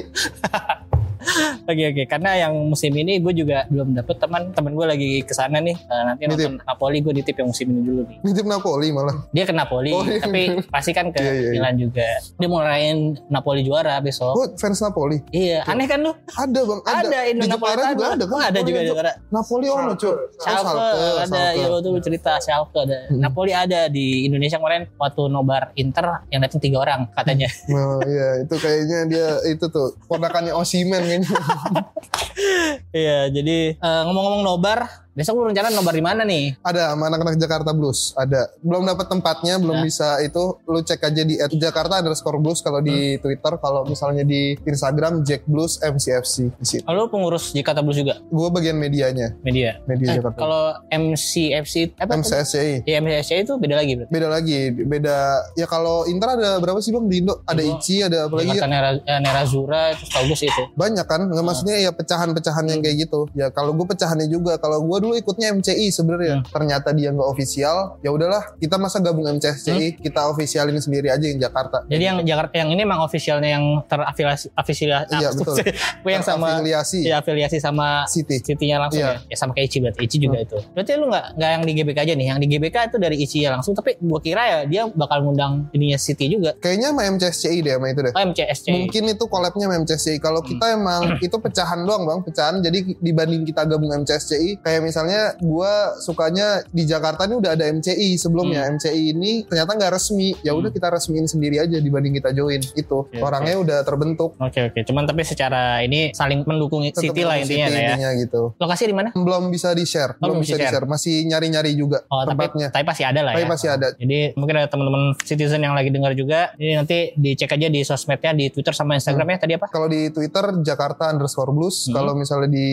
Oke oke karena yang musim ini gue juga belum dapet teman teman gue lagi kesana nih Eh, nanti Nitip. nonton Napoli gue ditip yang musim ini dulu nih. Nitip Napoli malah. Dia ke Napoli Oh, iya. tapi pasti kan ke Iya, iya, Oh, iya. Milan juga. Dia mau rayain Napoli juara besok. Gue fans Napoli. Iya aneh kan lu? Ada bang, ada. Ada, di Indo Napoli Jepara juga ada kan? Oh, ada Napoli juga ada. ada. Napoli ono cuy. Oh, Schalke, ada ya waktu lu cerita Schalke ada Hmm. Napoli ada di Indonesia kemarin waktu nobar Inter yang datang tiga orang katanya (laughs) Nah, iya itu kayaknya dia itu tuh ponakannya Osimen ini. iya jadi eh, ngomong-ngomong nobar besok lu rencana nobar di mana nih ada sama anak-anak Jakarta Blues, ada. Belum dapat tempatnya, Ya. belum bisa itu lu cek aja di at Jakarta underscore blues kalau Hmm. di Twitter, kalau misalnya di Instagram Jack Blues MCFC di situ. kalau pengurus Jakarta Blues juga Gue bagian medianya, media media Eh, Jakarta. kalau MCFC apa tuh? MCSCI. Iya, MCFC itu beda lagi berarti Beda lagi, beda ya kalau Inter ada berapa sih Bang di Indo? Ada Indo. Ici, ada apa lagi? ya? Jakarta Nera- eh, Nerazura itu tau gue sih itu banyak Ah. kan nggak maksudnya ya pecahan-pecahan Hmm. yang kayak gitu ya kalau gue pecahannya juga kalau gue dulu ikutnya MCI sebenarnya Hmm. ternyata dia nggak ofisial ya udahlah kita masa gabung MCSCI kita ofisialin sendiri aja yang Jakarta Hmm. jadi yang Jakarta yang ini emang officialnya yang terafiliasi afiliasi Iya, (laughs) betul. yang sama afiliasi ya, afiliasi sama City City-nya langsung Iya. Hmm. ya? ya sama kayak Ichi berarti Ichi juga itu berarti lu nggak nggak yang di GBK aja nih yang di GBK itu dari Ichi ya langsung tapi gua kira ya dia bakal ngundang ininya City juga kayaknya sama MCSCI deh sama itu deh oh, MCSC mungkin itu collabnya sama Hmm. MCSCI kalau kita emang itu pecahan doang bang pecahan jadi dibanding kita gabung MCSCI kayak misalnya gua sukanya di Jakarta ini udah ada MCI sebelumnya Hmm. MCI ini ternyata nggak resmi ya udah kita resmiin sendiri aja dibanding kita join itu Oke, orangnya udah terbentuk Oke oke, cuman tapi secara ini saling mendukung Tetep City lah tetep intinya City lah ya. intinya gitu Lokasi di mana? belum bisa di share Oh, belum belum bisa di-share. di share masih nyari nyari juga Oh, tapi, tempatnya tapi pasti ada lah tapi ya. masih ada Jadi mungkin ada teman-teman citizen yang lagi dengar juga, ini nanti dicek aja di sosmednya, di Twitter sama Instagram ya tadi apa? kalau di Twitter Jakarta underscore blues Hmm. kalau misalnya di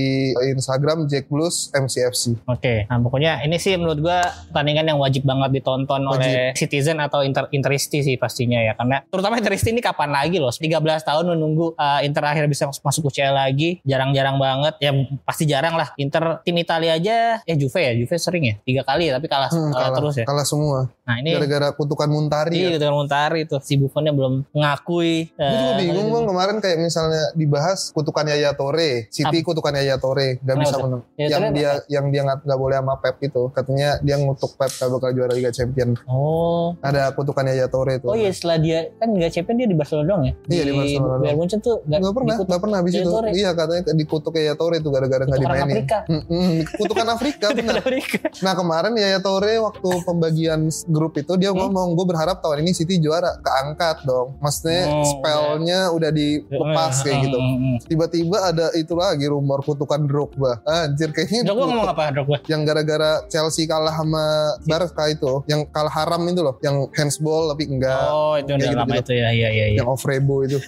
Instagram Jack Blues MCFC Oke, nah pokoknya ini sih menurut gua pertandingan yang wajib banget ditonton Wajib. oleh citizen atau inter interisti sih pastinya ya karena terutama interisti ini kapan lagi loh 13 tahun menunggu uh, Inter akhirnya bisa mas- masuk UCL lagi jarang-jarang banget ya pasti jarang lah Inter tim Italia aja ya Juve ya Juve sering ya tiga kali ya, tapi kalah, Hmm, kalah terus ya kalah semua nah ini gara-gara kutukan Muntari ya. Iya, gitu kan Montari itu si Buffonnya belum mengakui. Gue juga eh, bingung bang kemarin kayak misalnya dibahas kutukan Yaya Tore, City kutukan Yaya Tore nggak Kenapa bisa tuh? menang. Ya, yang ternyata- dia yang dia nggak nggak boleh sama Pep itu, katanya dia ngutuk Pep gak bakal juara Liga Champion. Oh. Ada kutukan Yaya Tore itu. Oh iya setelah dia kan nggak champion dia di Barcelona doang ya? Iya, di Barcelona doang. Bayern Munchen tuh nggak Gak pernah, diikuti. gak pernah habis Yaya itu. Toure. Iya katanya dikutuk Yaya Tore itu gara-gara nggak Kutukan dimainin. Afrika. Mm-mm, kutukan (laughs) Afrika benar. Amerika. Nah kemarin Yaya Tore waktu pembagian grup itu dia Hmm? ngomong gue berharap tahun ini City juara, keangkat dong. Maksudnya Oh, spellnya udah dilepas kayak gitu. Hmm, hmm, hmm. tiba-tiba ada itu lagi rumor kutukan Drogba. Anjir kayaknya Drogba itu ngomong apa Drogba? yang gara-gara Chelsea kalah sama Barca itu, yang kalah haram itu loh, yang handsball tapi enggak, Oh itu udah kayak gitu lama gitu-gitu. itu ya, iya iya. iya. yang Ofrebo itu.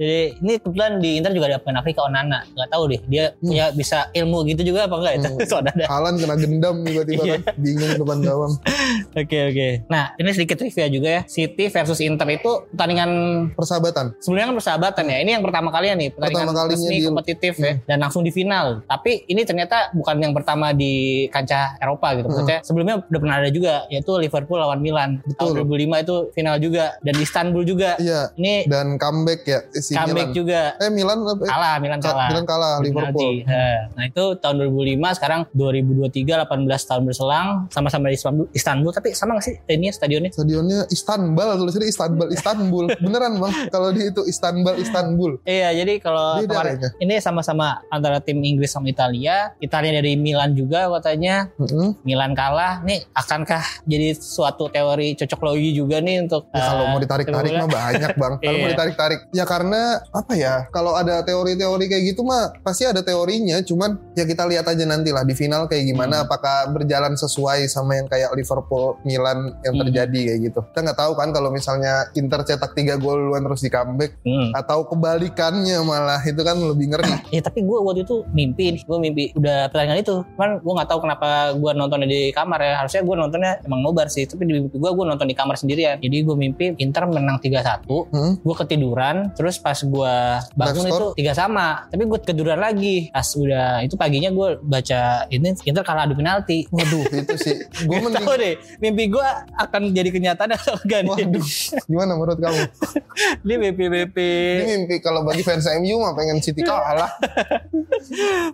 Jadi ini kebetulan di Inter juga ada pemain Afrika Onana, nggak tahu deh dia punya bisa ilmu gitu juga apa enggak itu (laughs) Hmm. saudara. Alan kena gendam Iya. tiba-tiba kan, bingung depan gawang. Oke oke. Nah ini sedikit trivia juga ya, City versus Inter itu pertandingan Persahabatan. sebenarnya kan persahabatan ya. Ini yang pertama kalinya nih pertandingan Pertama kalinya resmi di- Hmm. kompetitif ya dan langsung di final. Tapi ini ternyata bukan yang pertama di kancah Eropa gitu. Maksudnya sebelumnya udah pernah ada juga yaitu Liverpool lawan Milan Hmm. Betul. tahun 2005 itu final juga dan di Istanbul juga. Iya, Ini dan comeback ya si comeback Milan. juga Eh Milan eh, kalah Milan ka- kalah. Milan kalah Liverpool. Penalti. Eh, Nah itu tahun 2005 sekarang 2023 18 tahun berselang sama-sama di Istanbul, Istanbul tapi sama gak sih ini stadionnya? Stadionnya Istanbul tulisannya Istanbul Istanbul beneran bang kalau di itu Istanbul Istanbul Iya jadi kalau Beda kemarin kayaknya. ini sama-sama antara tim Inggris sama Italia. Italia dari Milan juga katanya Mm-mm. Milan kalah. Nih akankah jadi suatu teori cocok logi juga nih untuk Ya, kalau eh, mau ditarik-tarik sepak mah banyak bang. Kalau mau Iya. ditarik-tarik, ya karena apa ya? Kalau ada teori-teori kayak gitu mah pasti ada teorinya. Cuman ya kita lihat aja nantilah di final kayak Hmm. gimana. Apakah berjalan sesuai sama yang kayak Liverpool, Milan yang Hmm. terjadi kayak gitu. Kita nggak tahu kan kalau misalnya Inter cetak 3 gol duluan terus di comeback bola. Hmm. atau kebalikannya malah itu kan lebih (coughs) ngeri. Ya tapi gue waktu itu mimpi nih, gue mimpi udah pertandingan itu. Cuman gue nggak tahu kenapa gue nontonnya di kamar ya. Harusnya gue nontonnya emang nobar sih, tapi di mimpi gue gue nonton di kamar sendirian. Jadi gue mimpi Inter menang 3-1. Hmm? Gue ketiduran, terus pas gue bangun Live itu score? tiga sama, tapi gue ketiduran lagi. Pas udah itu paginya gue baca ini Inter kalah adu penalti. Waduh itu sih. Gue Gue mending tahu deh, mimpi gue akan jadi kenyataan atau enggak nih? Waduh, gimana menurut kamu? (laughs) Ini mimpi-mimpi. Ini mimpi kalau bagi fans MU mah pengen City kalah.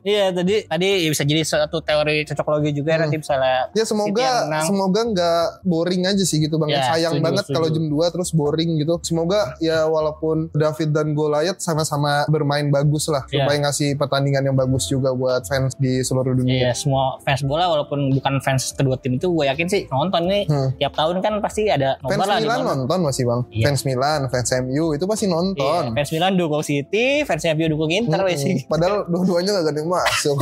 Iya tadi tadi bisa jadi suatu teori cocok logi juga Hmm. nanti misalnya Ya City yang semoga menang. semoga nggak boring aja sih gitu bang. Ya, Sayang setuju, banget setuju. kalau jam 2 terus boring gitu. Semoga ya walaupun David dan Goliath sama-sama bermain bagus lah Ya. supaya ngasih pertandingan yang bagus juga buat fans di seluruh dunia. Iya, semua fans bola walaupun bukan fans kedua tim itu gue yakin sih nonton nih Hmm. tiap tahun kan pasti ada Fans nobar lah di Milan mana. nonton masih bang. Iya. Fans Milan, fans MU itu pasti Iya, nonton. fans Milan dukung City, fans MU dukung Inter Mm-mm. wes sih. Padahal dua-duanya gak ada yang (laughs) masuk.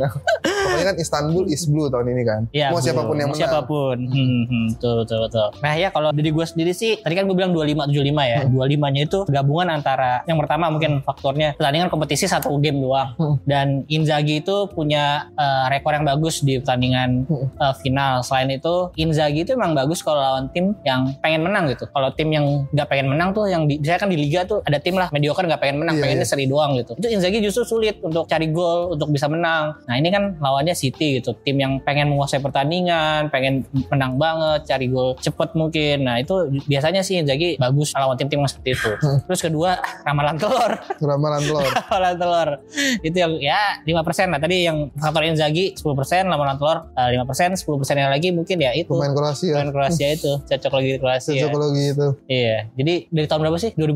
Nah, Pokoknya kan Istanbul is blue tahun ini kan. Iya, mau betul. siapapun yang Mau menang. Siapapun. Hmm, hmm, betul, betul, betul. Nah ya kalau dari gue sendiri sih, tadi kan gue bilang 25-75 ya. Hmm. 25-nya itu gabungan antara, yang pertama mungkin faktornya pertandingan kompetisi satu game doang. Hmm. Dan Inzaghi itu punya eh, rekor yang bagus di pertandingan Hmm. eh, final. Selain itu, Inzaghi itu emang bagus kalau lawan tim yang pengen menang gitu. Kalau tim yang nggak pengen menang tuh, yang di, biasanya kan di Liga tuh ada tim lah, mediocre nggak pengen menang, Iya, pengennya iya. seri doang gitu. Itu Inzaghi justru sulit untuk cari gol, untuk bisa menang. Nah ini kan lawannya City gitu, tim yang pengen menguasai pertandingan, pengen menang banget, cari gol cepet mungkin. Nah itu biasanya sih Inzaghi bagus lawan tim-tim yang seperti (laughs) itu. Terus kedua, ramalan telur. Ramalan telur. ramalan telur. Itu yang ya 5% lah. Tadi yang faktor Inzaghi 10%, ramalan telur eh, 5%, 10% yang lagi mungkin ya itu. Pemain Kroasia. Pemain Kroasia itu, cocok lagi di Kroasia. Psikologi itu. Iya. Jadi dari tahun berapa sih? 2013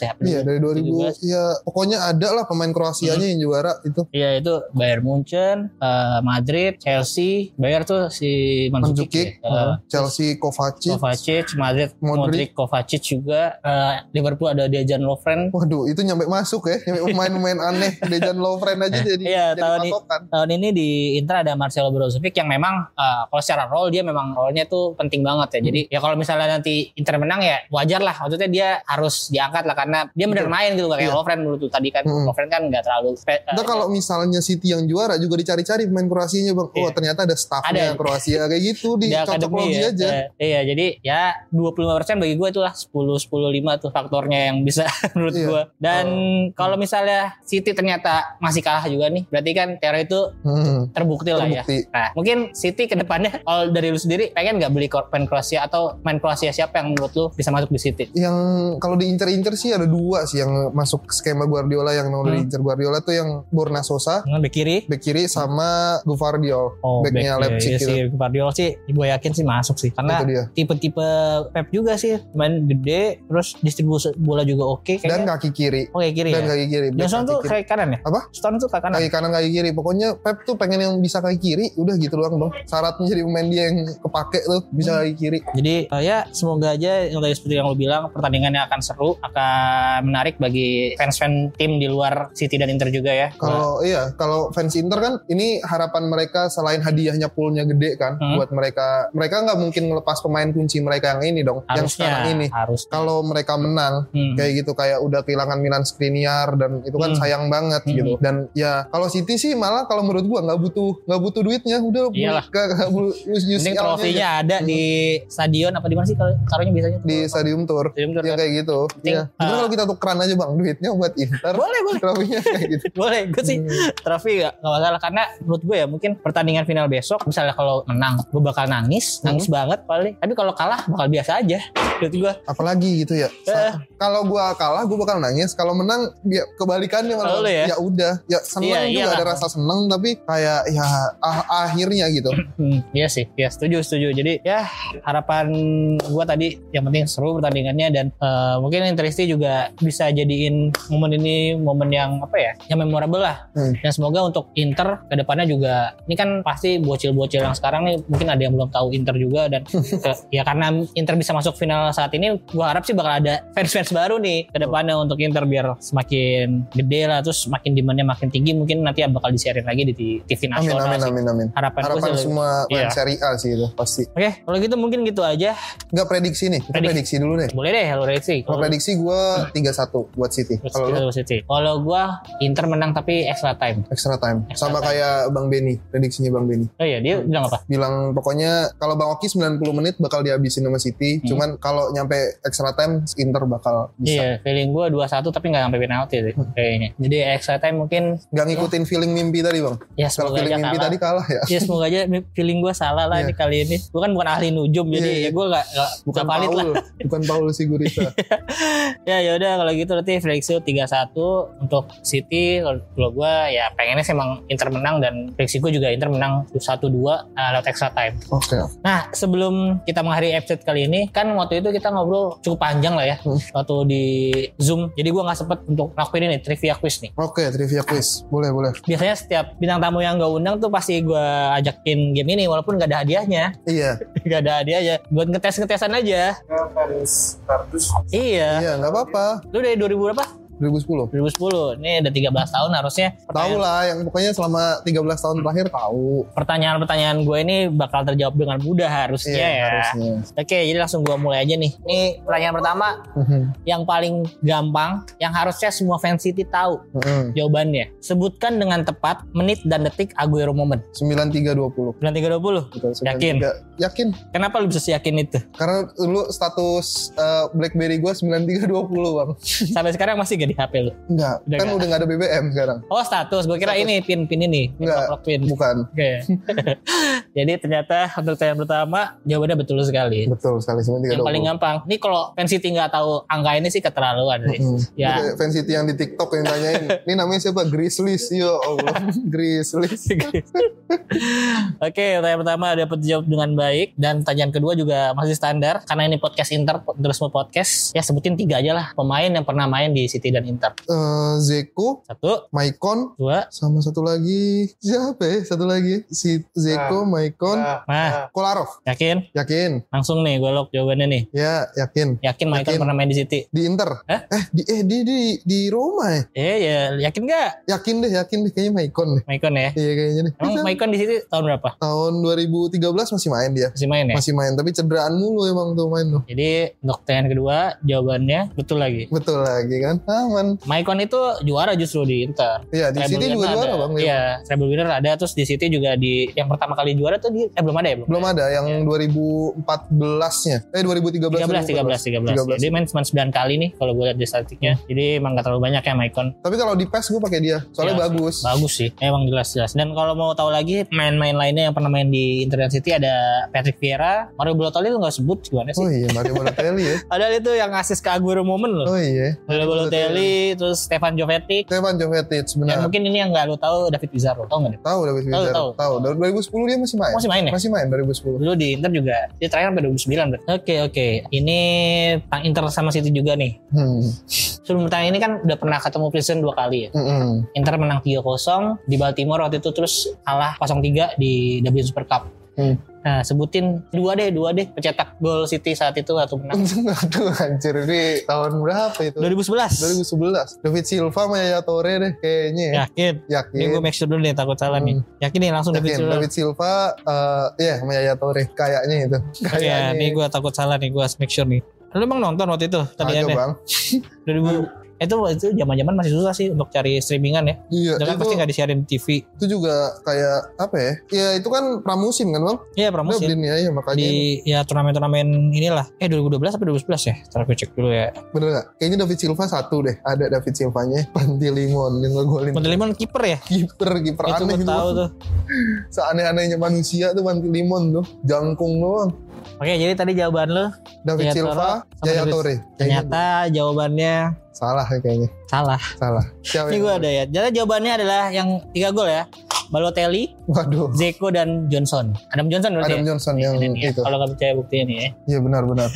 ya? Iya dari iya, 2000 2017. Hmm. ya pokoknya ada lah pemain Kroasianya yang juara itu Iya itu Bayern Munchen, eh, eh, Madrid, Chelsea, Bayar tuh si Mandzukic, Mandzukic, ya. Eh, uh, Chelsea Kovacic. Kovacic, Madrid, Modric. Modric, Kovacic juga, Eh, Liverpool ada Dejan Lovren. Waduh, itu nyampe masuk ya, nyampe pemain-pemain aneh. (laughs) Dejan Lovren aja jadi, Iya, jadi tahun ini- patokan. Tahun ini di Inter ada Marcelo Brozovic yang memang eh, kalau secara role dia memang role-nya tuh penting banget ya. Jadi Hmm. ya kalau misalnya nanti Inter menang ya wajar lah. Maksudnya dia harus diangkat lah karena dia bener main gitu nggak kayak Iya. Lovren dulu tuh tadi kan. Mm. Lovren kan nggak terlalu spe- Entah eh, kalau misalnya City yang juara juga dicari-cari pemain Kroasianya bang. Oh Iya. ternyata ada staffnya Ada. Kroasia kayak gitu di (laughs) di cocok akademi logi ya. aja. Eh, iya, jadi ya 25% bagi gue itulah 10 10 5 tuh faktornya yang bisa (laughs) menurut Iya. gue. Dan kalau misalnya City ternyata masih kalah juga nih, berarti kan Tero itu Hmm, terbukti, lah ya. terbukti. Nah, mungkin City ke depannya kalau dari lu sendiri pengen nggak beli kor- pemain Kroasia atau main Kroasia siapa yang menurut lu bisa masuk di City? Yang kalau diincer-incer sih ada dua sih yang masuk skema Guardiola yang nomor Hmm. diincer Guardiola tuh yang Borna Sosa Dengan bek kiri. bek kiri sama Guvardiol Oh, Backnya back- Leipzig iya gitu. sih, Guardiola sih gue yakin sih masuk sih karena itu dia. tipe-tipe Pep juga sih main gede terus distribusi bola juga oke kayaknya. Dan kaki kiri. oke kiri Dan ya. kaki kiri. back Johnson kaki tuh kiri. kayak kanan ya? Apa? Stone tuh ke kanan. kaki kanan kaki kiri pokoknya Pep tuh pengen yang bisa kaki kiri udah gitu doang dong syaratnya jadi pemain dia yang kepake tuh Hmm. bisa kaki kiri Jadi eh, ya semoga aja yang tadi seperti yang lo bilang pertandingannya akan seru, akan menarik bagi fans-fans tim di luar City dan Inter juga ya. kalau iya kalau fans Inter kan ini harapan mereka selain hadiahnya poolnya gede kan Hmm. buat mereka mereka nggak mungkin ngelepas pemain kunci mereka yang ini dong yang harusnya sekarang ini Kan harus. kalau mereka menang Hmm. kayak gitu kayak udah kehilangan Milan Skriniar dan itu kan Hmm. sayang banget Hmm. gitu dan ya kalau City sih malah kalau menurut gua nggak butuh nggak butuh duitnya udah beli Iyalah. ke ke- beli Mending UCL-nya trofinya ada di stadion apa di mana sih kalau taruhnya biasanya? di stadium tour Stadium tuh, Iya kan? kayak gitu. Penting, Iya. Gimana eh, kalau kita tukeran aja bang duitnya buat Inter, Boleh, boleh. (laughs) trofinya kayak gitu. (laughs) Boleh, gue sih Hmm. trofi gak, gak masalah karena menurut gue ya mungkin pertandingan final besok misalnya kalau menang gue bakal nangis, nangis banget paling. Tapi kalau kalah bakal biasa aja. Menurut gue Apalagi gitu ya. Eh. Sa- Kalau gua kalah gua bakal nangis. Kalau menang ya kebalikannya malah. Selalu ya. Ya udah. Ya seneng Iya, juga iyalah. ada rasa seneng tapi kayak ya ah- akhirnya (clears throat) gitu. Hmm, iya sih, ya setuju setuju. Jadi ya harapan gua tadi yang penting seru pertandingannya dan eh, mungkin Interisti juga bisa jadiin momen ini momen yang apa ya, yang memorable lah. Hmm. Dan semoga untuk Inter kedepannya juga ini kan pasti bocil-bocil yang sekarang nih mungkin ada yang belum tahu Inter juga (laughs) dan ke- ya karena Inter bisa masuk final saat ini, gua harap sih bakal ada fans-fans baru nih kedepannya untuk Inter biar semakin gede lah, terus makin demandnya makin tinggi mungkin nanti bakal disiarin lagi di TV Amin nasional. amin sih. amin amin. Harapan, gua Harapan sih lebih- semua pemain Iya. Serie A sih itu pasti. Oke, kalau gitu mungkin gitu aja. Nggak prediksi nih. Kita Prediksi. Oh. prediksi dulu deh. Boleh deh, Hello Rexy. Kalau prediksi gua 3-1 buat City. Kalau lu Kalau gua Inter menang tapi extra time. extra time. Extra Sama time. kayak Bang Benny, prediksinya Bang Benny. Oh iya, Hmm, dia bilang apa? bilang pokoknya kalau Bang Oki 90 menit bakal dihabisin sama City Hmm. cuman kalau nyampe extra time Inter bakal bisa Hmm. Iya, feeling gua 2-1 tapi nggak sampai penalti sih kayaknya. Jadi extra time mungkin nggak ngikutin feeling mimpi tadi Bang ya semoga kalau aja feeling mimpi kalah. tadi kalah ya Ya semoga aja feeling gua salah lah Iya. ini kali ini. Gua kan bukan ahli nujum jadi Iya, ya iya. gua nggak nggak bukan nggak valid lah. Paul bukan Paul (laughs) Sigurita Ya ya udah kalau gitu nanti prediksi 3-1 untuk City kalau gua ya pengennya sih emang Inter menang dan prediksi gua juga Inter menang 1-2 eh, lewat extra time. oke Nah, sebelum kita mengakhiri episode kali ini, kan waktu itu kita ngobrol cukup panjang lah ya, Hmm. waktu di Zoom. Jadi gua nggak sempet untuk lakuin ini trivia quiz nih. oke trivia quiz boleh boleh Biasanya setiap bintang tamu yang gak undang tuh pasti gua ajakin game ini, walaupun gak ada hadiahnya, (laughs) iya gak ada hadiahnya. Buat ngetes ngetesan aja. Harus status Iya. iya nggak apa-apa Lu dari 2000 berapa? 2010 2010. Nih udah 13 tahun harusnya. tahu lah yang pokoknya selama 13 tahun terakhir tahu Pertanyaan-pertanyaan gue ini bakal terjawab dengan mudah harusnya iya ya. harusnya Oke, jadi langsung gua mulai aja nih. Nih pertanyaan pertama, Mhm, yang paling gampang yang harusnya semua fans City tahu mhm. jawabannya. Sebutkan dengan tepat menit dan detik Aguero moment. 9320 9320. Betul, Yakin? 93. yakin Kenapa lu bisa yakin (laughs) itu? karena dulu status eh, BlackBerry gua 9320 Bang Sampai sekarang masih gak di HP lu. Enggak, Udah kan nggak? udah nggak ada BBM sekarang. Oh, status. Gue kira Status. ini pin-pin ini, pin Nggak. lock-lock pin. Bukan. (laughs) Oke. Jadi ternyata untuk yang pertama jawabannya betul sekali. Betul sekali Iya. Yang 9320. paling gampang. Ini kalau fans City nggak tahu angka ini sih keterlaluan sih. Hmm. Ya. Itu kayak Fan City yang di TikTok yang tanyain, ini namanya siapa? Grizzlies, yo Allah, (laughs) Grizzlies. Oke, pertanyaan pertama dapat dijawab dengan baik dan pertanyaan kedua juga masih standar karena ini podcast Inter terus mau podcast. Ya sebutin tiga aja lah pemain yang pernah main di City dan Inter. Eh, Zeko, Satu, Maicon, dua, sama satu lagi siapa ya? Satu lagi si Zeko, Maicon, Nah, nah. Kolarov. Yakin? Yakin? Langsung nih gue lock jawabannya nih. Ya, yakin. Yakin Michael Yakin. pernah main di City? Di Inter. Hah? Eh, di eh di di di Roma ya. Eh ya, yakin gak Yakin deh, yakin deh kayaknya Maicon deh. Maicon ya? Iya kayaknya deh. Emang Maicon di City tahun berapa? Tahun 2013 masih main dia. Masih main ya? Masih main tapi cederaan mulu emang tuh main tuh. Jadi untuk pertanyaan kedua jawabannya betul lagi. Betul lagi kan. Aman. Maicon itu juara justru di Inter. Iya, di Treble City juga winner juara ada. Bang. dia. Iya, treble winner ada terus di City juga di yang pertama kali juara tuh di eh belum ada ya belum. Belum ada yang 2014-nya. Eh 2013. 13 13 13. Jadi main cuma 9 kali nih kalau gue lihat di statistiknya. Jadi emang gak terlalu banyak ya Maicon. Tapi kalau di PES gue pakai dia. Soalnya Iya, bagus. Bagus sih, emang jelas-jelas. Dan kalau mau tahu lagi main-main lainnya yang pernah main di Inter dan City ada Patrick Vieira, Mario Balotelli lu nggak sebut gimana sih? Oh iya, Mario Balotelli (laughs) ya. Padahal itu yang asis ke Aguero momen loh. Oh iya. Mario Balotelli, terus Stefan Jovetic. Stefan Jovetic Dan benar. mungkin ini yang nggak lu tahu David Pizarro, tau nggak? David? Tahu David Tahu, Villa. tahu. Tahu. Dari 2010 dia masih main. Masih main ya? Masih main 2010. Dulu di Inter juga, dia terakhir sampai 2009 berarti. Oke, oke. Ini tentang Inter sama City juga nih. Hmm. Sebelum bertanya ini kan udah pernah ketemu Prison dua kali ya. Mm-mm. Inter menang 3-0 di Baltimore waktu itu terus kalah 0-3 di W Super Cup. Hmm. Nah, sebutin dua deh, dua deh pencetak gol City saat itu atau menang. (laughs) Aduh anjir ini tahun berapa itu? 2011. 2011. David Silva sama Yaya Torre deh kayaknya. ya. Yakin. Ini gue Yakin. Hmm, make sure dulu nih takut salah nih. Iya. Hmm. Yakin nih langsung David Yakin. Silva. David Silva eh ya sama Yaya Torre kayaknya itu. Iya, Ah, Kayaknya. nih gue takut salah nih, gue harus make sure nih. Lu emang nonton waktu itu ya, Aja, tadiannya? Bang. 2000 itu itu zaman-zaman masih susah sih untuk cari streamingan ya. Iya, Jangan itu, pasti nggak disiarin di Iya, TV. itu juga kayak apa ya? Ya itu kan pramusim kan, Bang? Iya Udah promosi beliin ya, ya makanya di ya turnamen-turnamen inilah. Eh 2012 apa 2011 ya? Ntar gue cek dulu ya. bener gak? Kayaknya David Silva satu deh. Ada David Silvanya, (laughs) Panti Limon yang ngegolin. Montelimon kiper ya? Kiper, kiper Itu aneh gue tahu itu. tuh. Seaneh-anehnya manusia tuh Panti Limon tuh. Jangkung doang. Oke, jadi tadi jawaban Iya, lu David Yaya Silva, Iya, Toro sama Jaya David- Torre. Kayaknya ternyata jawabannya salah ya kayaknya. salah. Salah. Siapa Ini yang- gue ada ya. Jadi jawabannya adalah yang tiga gol ya. Balotelli, Waduh. Zeko dan Johnson. Adam Johnson berarti Adam ya? Johnson yang Ini nih ya. itu. Kalau nggak percaya buktinya nih ya. Iya (laughs) benar-benar.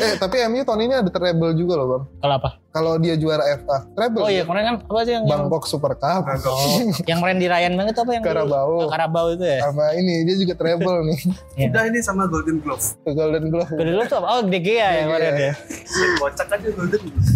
eh tapi MU tahun ini ada treble juga loh bang. Kalau apa? Kalau dia juara FA treble. Oh iya, kemarin kan apa sih yang yang- Bangkok Super Cup. Oh, yang main di Ryan banget apa yang dulu? Oh, Karabau. Karabau itu ya. Sama ini dia juga treble nih. (laughs) Iya. Udah ini sama Golden Glove. Ke Golden Glove. Gue dulu tuh apa? Oh, De Gea ya kemarin ya. Ini Kocak aja Golden Glove.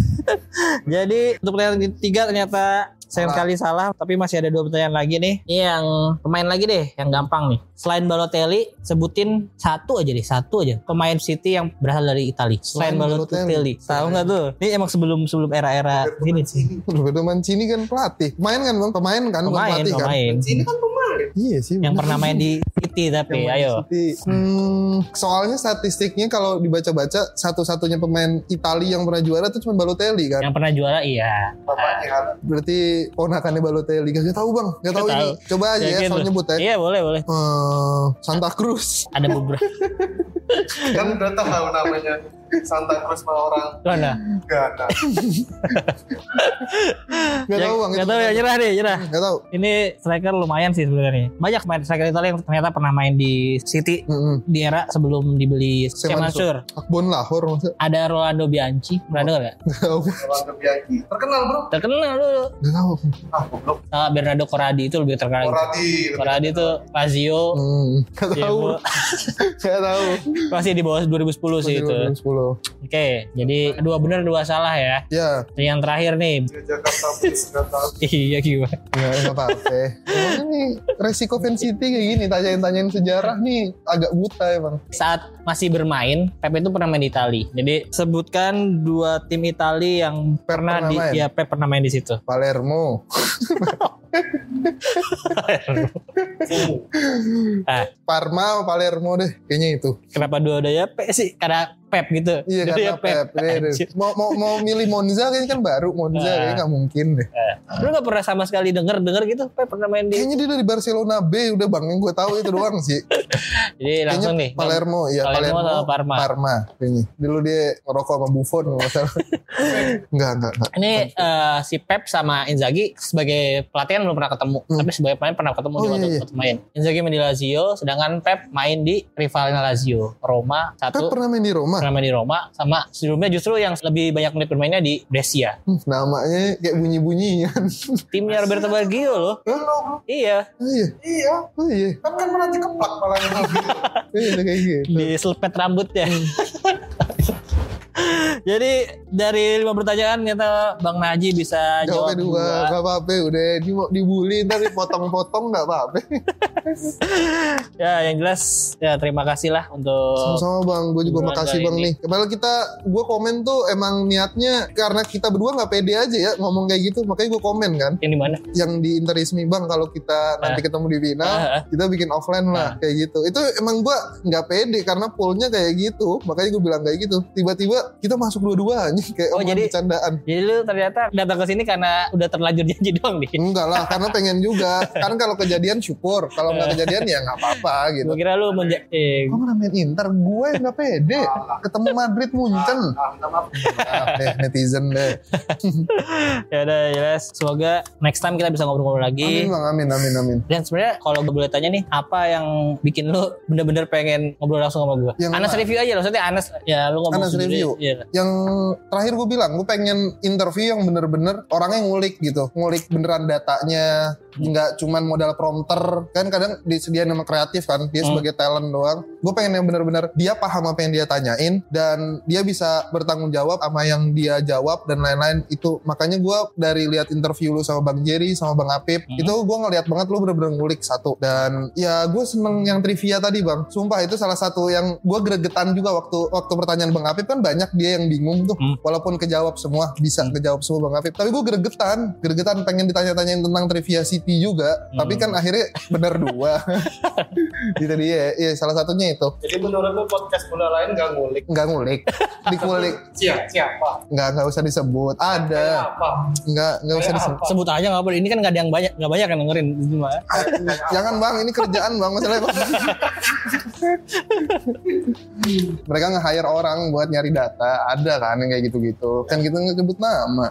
Jadi untuk pertanyaan ketiga ternyata sayang sekali salah, tapi masih ada dua pertanyaan lagi nih. Ini yang pemain lagi deh, yang gampang nih. Selain Balotelli, sebutin satu aja deh, satu aja. Pemain City yang berasal dari Italia. Selain, Selain Balotelli, Balotelli. Kan tahu nggak tuh? Ini emang sebelum sebelum era-era gini sih. Roberto Mancini kan pelatih. Pemain kan bang? Pemain kan? bukan Pemain, pelatih kan? pemain Ini kan pemain. Iya sih. yang bener. pernah main di City tapi Yang ayo. City. Hmm, soalnya statistiknya kalau dibaca-baca satu-satunya pemain Italia yang pernah juara itu cuma Balotelli kan. Yang pernah juara iya. Bapaknya kan. Berarti ponakannya Balotelli. Gak, gak tahu bang, gak, Gak tahu ini. tahu. Coba aja ya, Yakin soal lu? nyebut ya. Iya boleh boleh. Eh, Santa (laughs) Cruz. (laughs) Ada beberapa. Kan udah tahu namanya. Santa Cruz sama orang Mana? Ghana. Gak tahu bang. Gak tahu ya nyerah deh nyerah. Gak tahu. Ini striker lumayan sih sebenarnya. Banyak main striker Italia yang ternyata pernah main di City Mm-mm. di era sebelum dibeli Semansur. Semansur. Hmm, Akbon Lahore maksudnya. (laughs) Ada Rolando Bianchi, Oh. pernah dengar nggak? Gak tahu. Orang Kebiaki. Terkenal bro. Terkenal dulu. Gak tahu. Ah goblok. Sama Bernardo Corradi itu lebih terkenal. lagi. Orati. Corradi itu Lazio. Hmm, Gak ya, tahu. bu- Gak tahu. Iya, masih di bawah 2010 sih itu. 2010. Oke, jadi dua benar dua salah ya. Ya, Yang terakhir nih. (laughs) Jakarta Police. Gak tahu. Iya gimana? ya nggak apa-apa. Emang ini resiko fan City kayak gini tanyain-tanyain sejarah nih agak buta emang. saat masih bermain Pep itu pernah main di Itali. Jadi sebutkan dua tim Itali yang Pep pernah, pernah di main. ya Pep pernah main di situ. Palermo, Ah, (laughs) Parma, Palermo deh, kayaknya itu. kenapa dua dua ya Pep sih? Karena Pep gitu. Iya Dua-duanya karena Pep. Iya, iya. Anjir. Mau, mau mau milih Monza kayaknya kan baru Monza Ah. kayaknya nggak mungkin deh. Lu gak pernah sama sekali denger denger gitu Pep pernah main di. Kayaknya dia dari Barcelona B udah bang yang gue tahu itu doang (laughs) sih. Jadi Kayaknya langsung nih. Palermo, iya Palermo Palermo, sama Parma. kayaknya. Dulu dia ngerokok sama Buffon kalau nggak salah. Enggak, enggak, enggak. Ini eh, si Pep sama Inzaghi sebagai pelatih kan belum pernah ketemu, Hmm. tapi sebagai pemain pernah ketemu di Oh, waktu iya, iya. waktu main. Inzaghi main di Lazio, sedangkan Pep main di rivalnya Lazio, Roma Pep satu. pernah main di Roma? bermain di Roma sama sebelumnya justru yang lebih banyak menit bermainnya di Brescia. Hmm, namanya kayak bunyi-bunyian. Timnya Roberto Baggio loh. Iya, Oh (laughs) iya, Iya, oh iya, kan kan pernah dikeplak malah oh iya kayak gitu. di selpet rambutnya. Hmm. (laughs) Jadi dari lima pertanyaan kita Bang Naji bisa Jawabnya jawab dua, dua. gak apa-apa udah di mau dibully ntar dipotong-potong gak (laughs) apa-apa. Ya yang jelas ya terima kasih lah untuk Sama-sama bang, gue juga Oh. Gua makasih ada bang ini. nih. Kemarin kita, gue komen tuh emang niatnya karena kita berdua nggak pede aja ya ngomong kayak gitu, makanya gue komen kan. yang di mana? Yang di Interismi bang, kalau kita nanti ketemu di final, Ah, ah. kita bikin offline lah kayak gitu. Itu emang gue nggak pede karena poolnya kayak gitu, makanya gue bilang kayak gitu. Tiba-tiba kita masuk dua-duanya kayak Oh, omongan jadi- bercandaan. Jadi lu ternyata datang ke sini karena udah terlanjur (laughs) janji doang nih. Enggak lah, karena pengen juga. Karena kalau kejadian syukur, kalau nggak kejadian ya nggak apa-apa gitu. Gue kira lu menja- eh, Kamu namain Inter, gue yang nggak pede. Ketemu Madrid Munchen. Ah, minta maaf. Maaf deh, Eh, netizen deh. ya udah jelas. Semoga next time kita bisa ngobrol-ngobrol lagi. Amin bang, amin, amin, amin. Dan sebenarnya kalau gue boleh tanya nih, apa yang bikin lu bener-bener pengen ngobrol langsung sama gue? Yang Anas mana? review aja, maksudnya Anas ya lu ngomong Anas sendiri. review. Iya. Yang terakhir gue bilang, gue pengen interview yang bener-bener orangnya ngulik gitu. Ngulik beneran datanya, nggak cuman modal prompter. Kan kadang disediain sama kreatif kan, dia Hmm. sebagai talent doang. Gue pengen yang bener-bener dia paham apa yang dia tanyain. Dan dia bisa bertanggung jawab sama yang dia jawab dan lain-lain itu. Makanya gue dari lihat interview lu sama Bang Jerry, sama Bang Apip. Hmm. Itu gue ngeliat banget lu bener-bener ngulik satu. Dan ya gue seneng yang trivia tadi bang. Sumpah itu salah satu yang gue gregetan juga waktu waktu pertanyaan Bang Apip kan banyak dia yang bingung tuh Hmm. walaupun kejawab semua bisa kejawab semua bang Afif tapi gue gregetan gregetan pengen ditanya-tanyain tentang trivia city juga Hmm. tapi kan akhirnya bener (laughs) dua itu dia ya salah satunya itu Jadi menurut lu podcast bola lain gak ngulik? nggak ngulik dikulik Siapa? Siapa? nggak nggak usah disebut ada Kayak apa? nggak nggak usah Kayak disebut apa? Sebut aja nggak apa-apa. Ini kan nggak ada yang banyak, nggak banyak yang (laughs) dengerin. Jadi mah. jangan bang ini kerjaan bang masalahnya bang mereka nge-hire orang buat nyari data ada kan yang kayak gitu-gitu kan kita nggak nyebut nama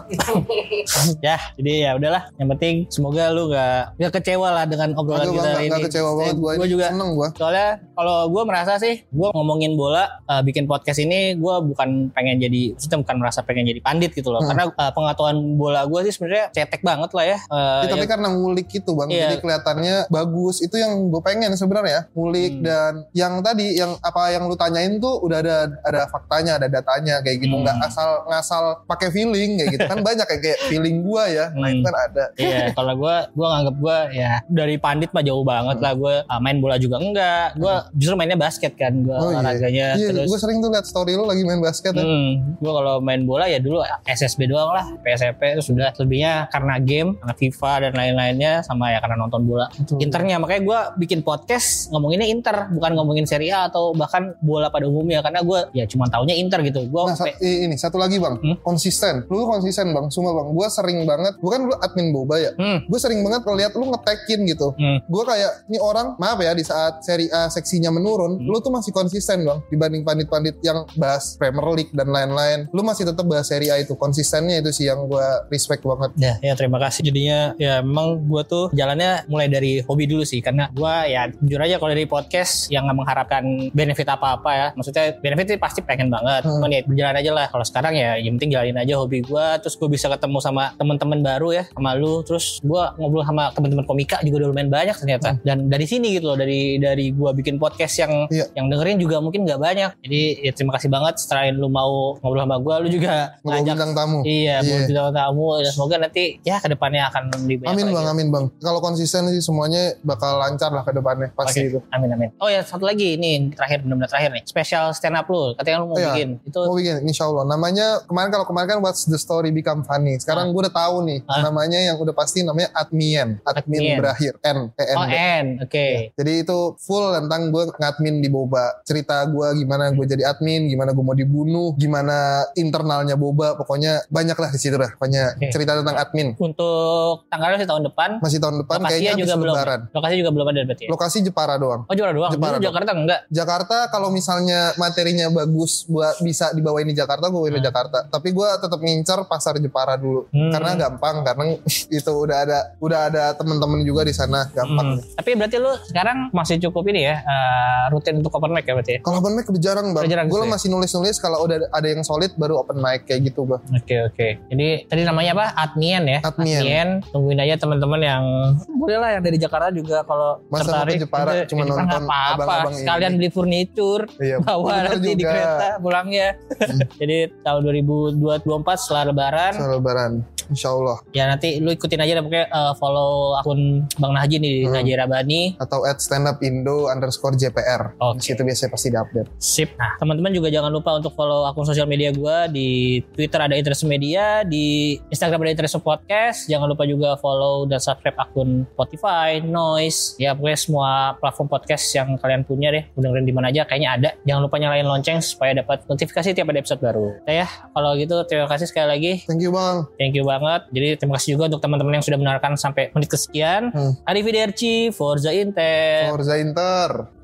ya, jadi ya udahlah. Yang penting semoga lu nggak nggak kecewa lah dengan obrolan Agak kita bang hari nggak ini. kecewa banget gue Gue juga seneng gue Soalnya kalau gue merasa sih, gue ngomongin bola, eh, bikin podcast ini, gue bukan pengen jadi, maksudnya bukan merasa pengen jadi pandit gitu loh. Hmm. Karena eh, pengetahuan bola gue sih sebenarnya cetek banget lah ya. Eh, Ya, tapi ya- karena ngulik gitu bang, Iya. jadi kelihatannya bagus. Itu yang gue pengen sebenarnya, ngulik Hmm. dan yang tadi yang apa yang lu tanyain tuh udah ada ada faktanya, ada datanya kayak gitu, Hmm. nggak asal ngasal pakai feeling kayak gitu (laughs) kan banyak kayak, kayak feeling gua ya, nah itu Hmm. kan ada. Iya, kalau gue, gue nganggep gue ya dari pandit mah jauh banget lah. Hmm. Gue ah, main bola juga enggak. Gue justru mainnya basket kan, gue Oh, iya. olahraganya Iya, terus. gue sering tuh liat story lu lagi main basket. ya. Hmm, gue kalau main bola ya dulu SSB doang lah, PSP terus sudah lebihnya karena game, karena FIFA dan lain-lainnya sama ya karena nonton bola. Betul. Internya makanya gue bikin podcast ngomonginnya Inter, bukan ngomongin Serie A atau bahkan bola pada umumnya karena gue ya cuma taunya Inter gitu. Gue Nah, sa- i- ini satu lagi bang, Hmm? konsisten. Lu konsisten bang, semua bang. Gue sering banget, gue kan lu admin boba ya. Hmm. Gue sering banget ngeliat lu ngetekin gitu. Hmm. Gue kayak ini orang, maaf ya di saat seri A seksinya menurun, Hmm. lu tuh masih konsisten bang dibanding pandit-pandit yang bahas Premier League dan lain-lain. Lu masih tetap bahas seri A itu konsistennya itu sih yang gue respect banget. Ya, ya terima kasih. Jadinya ya memang gue tuh jalannya mulai dari hobi dulu sih karena gue ya jujur aja kalau dari podcast yang nggak mengharapkan benefit apa-apa ya. Maksudnya benefit sih pasti pengen banget. Hmm. Cuman ya berjalan aja lah. Kalau sekarang ya yang penting jalanin aja hobi gue. Terus gue bisa ketemu sama teman-teman baru ya sama lu. Terus gue ngobrol sama teman-teman komika juga udah lumayan banyak ternyata. Hmm. Dan dari sini gitu loh dari dari gue bikin podcast yang Iya. yang dengerin juga mungkin nggak banyak. Jadi ya terima kasih banget. Selain lu mau ngobrol sama gue, lu juga Ngobrol ngajak bintang tamu. Iya, Iya. mau bintang tamu. Ya, semoga nanti ya kedepannya akan lebih Iya, banyak Amin lagi. bang, amin bang. Kalau konsisten sih semuanya bakal lancar lah ke depannya pasti itu. Amin amin. Oh ya satu lagi ini terakhir benar-benar terakhir nih. Special stand up lu katanya lu mau Iya. bikin. Itu Mau bikin, insya Allah. Namanya kemarin kalau kemarin kan What's the Story Become Funny. Sekarang gue udah tahu nih Ah. namanya yang udah pasti namanya Admien. Admin, admin berakhir N, E N. Iya. Oh, D. N. Oke. Jadi itu full tentang gue ngadmin di Boba. Cerita gue gimana gue jadi admin, gimana gue mau dibunuh, gimana internalnya Boba. Pokoknya banyak lah di situ lah. Pokoknya Oke. cerita tentang admin. Untuk tanggalnya sih tahun depan. Masih tahun depan Lokasinya kayaknya juga habis belum. lebaran. Lokasi juga belum ada berarti. Ya? Lokasi Jepara doang. Oh Jepara doang. Jepara Dulu doang. Jakarta enggak. Jakarta kalau misalnya materinya bagus buat bisa lagi bawain di Jakarta gue bawain di Jakarta tapi gue tetap ngincer pasar Jepara dulu Hmm. karena gampang karena (laughs) itu udah ada udah ada temen-temen juga di sana gampang Hmm. Tapi berarti lu sekarang masih cukup ini ya eh, rutin untuk open mic ya berarti. ya? Kalau open mic udah jarang bang, Udah jarang gue gitu ya? masih nulis-nulis kalau udah ada yang solid baru open mic kayak gitu bang. Oke oke. Jadi tadi namanya apa? Admien ya. Admien. Tungguin aja teman-teman yang boleh lah yang dari Jakarta juga kalau Masa mau tertarik. ke Jepara Itu- cuma ke Jepara nggak nonton apa-apa. abang-abang ini. Sekalian beli furnitur Iya, bawa bener nanti di juga. Hmm. kereta pulangnya. (laughs) Jadi tahun 2024 setelah Lebaran Soal lebaran, insya Allah. ya nanti lu ikutin aja deh pokoknya eh, follow akun Bang Nahji nih di Hmm. Nahji Rabani. Atau at stand up indo underscore jpr. Oke. Di situ biasanya pasti diupdate. Sip. Nah, teman-teman juga jangan lupa untuk follow akun sosial media gua di Twitter ada Interest Media, di Instagram ada Interest Podcast. Jangan lupa juga follow dan subscribe akun Spotify, Noise, ya pokoknya semua platform podcast yang kalian punya deh. Dengerin di mana aja kayaknya ada. Jangan lupa nyalain lonceng supaya dapat notifikasi tiap ada episode baru. Nah, ya, kalau gitu terima kasih sekali lagi. Thank you bang. Thank you banget. Jadi terima kasih juga untuk teman-teman yang sudah mendengarkan sampai menit kesekian. Hmm. Arifin Derci, Forza Intel. Forza Inter.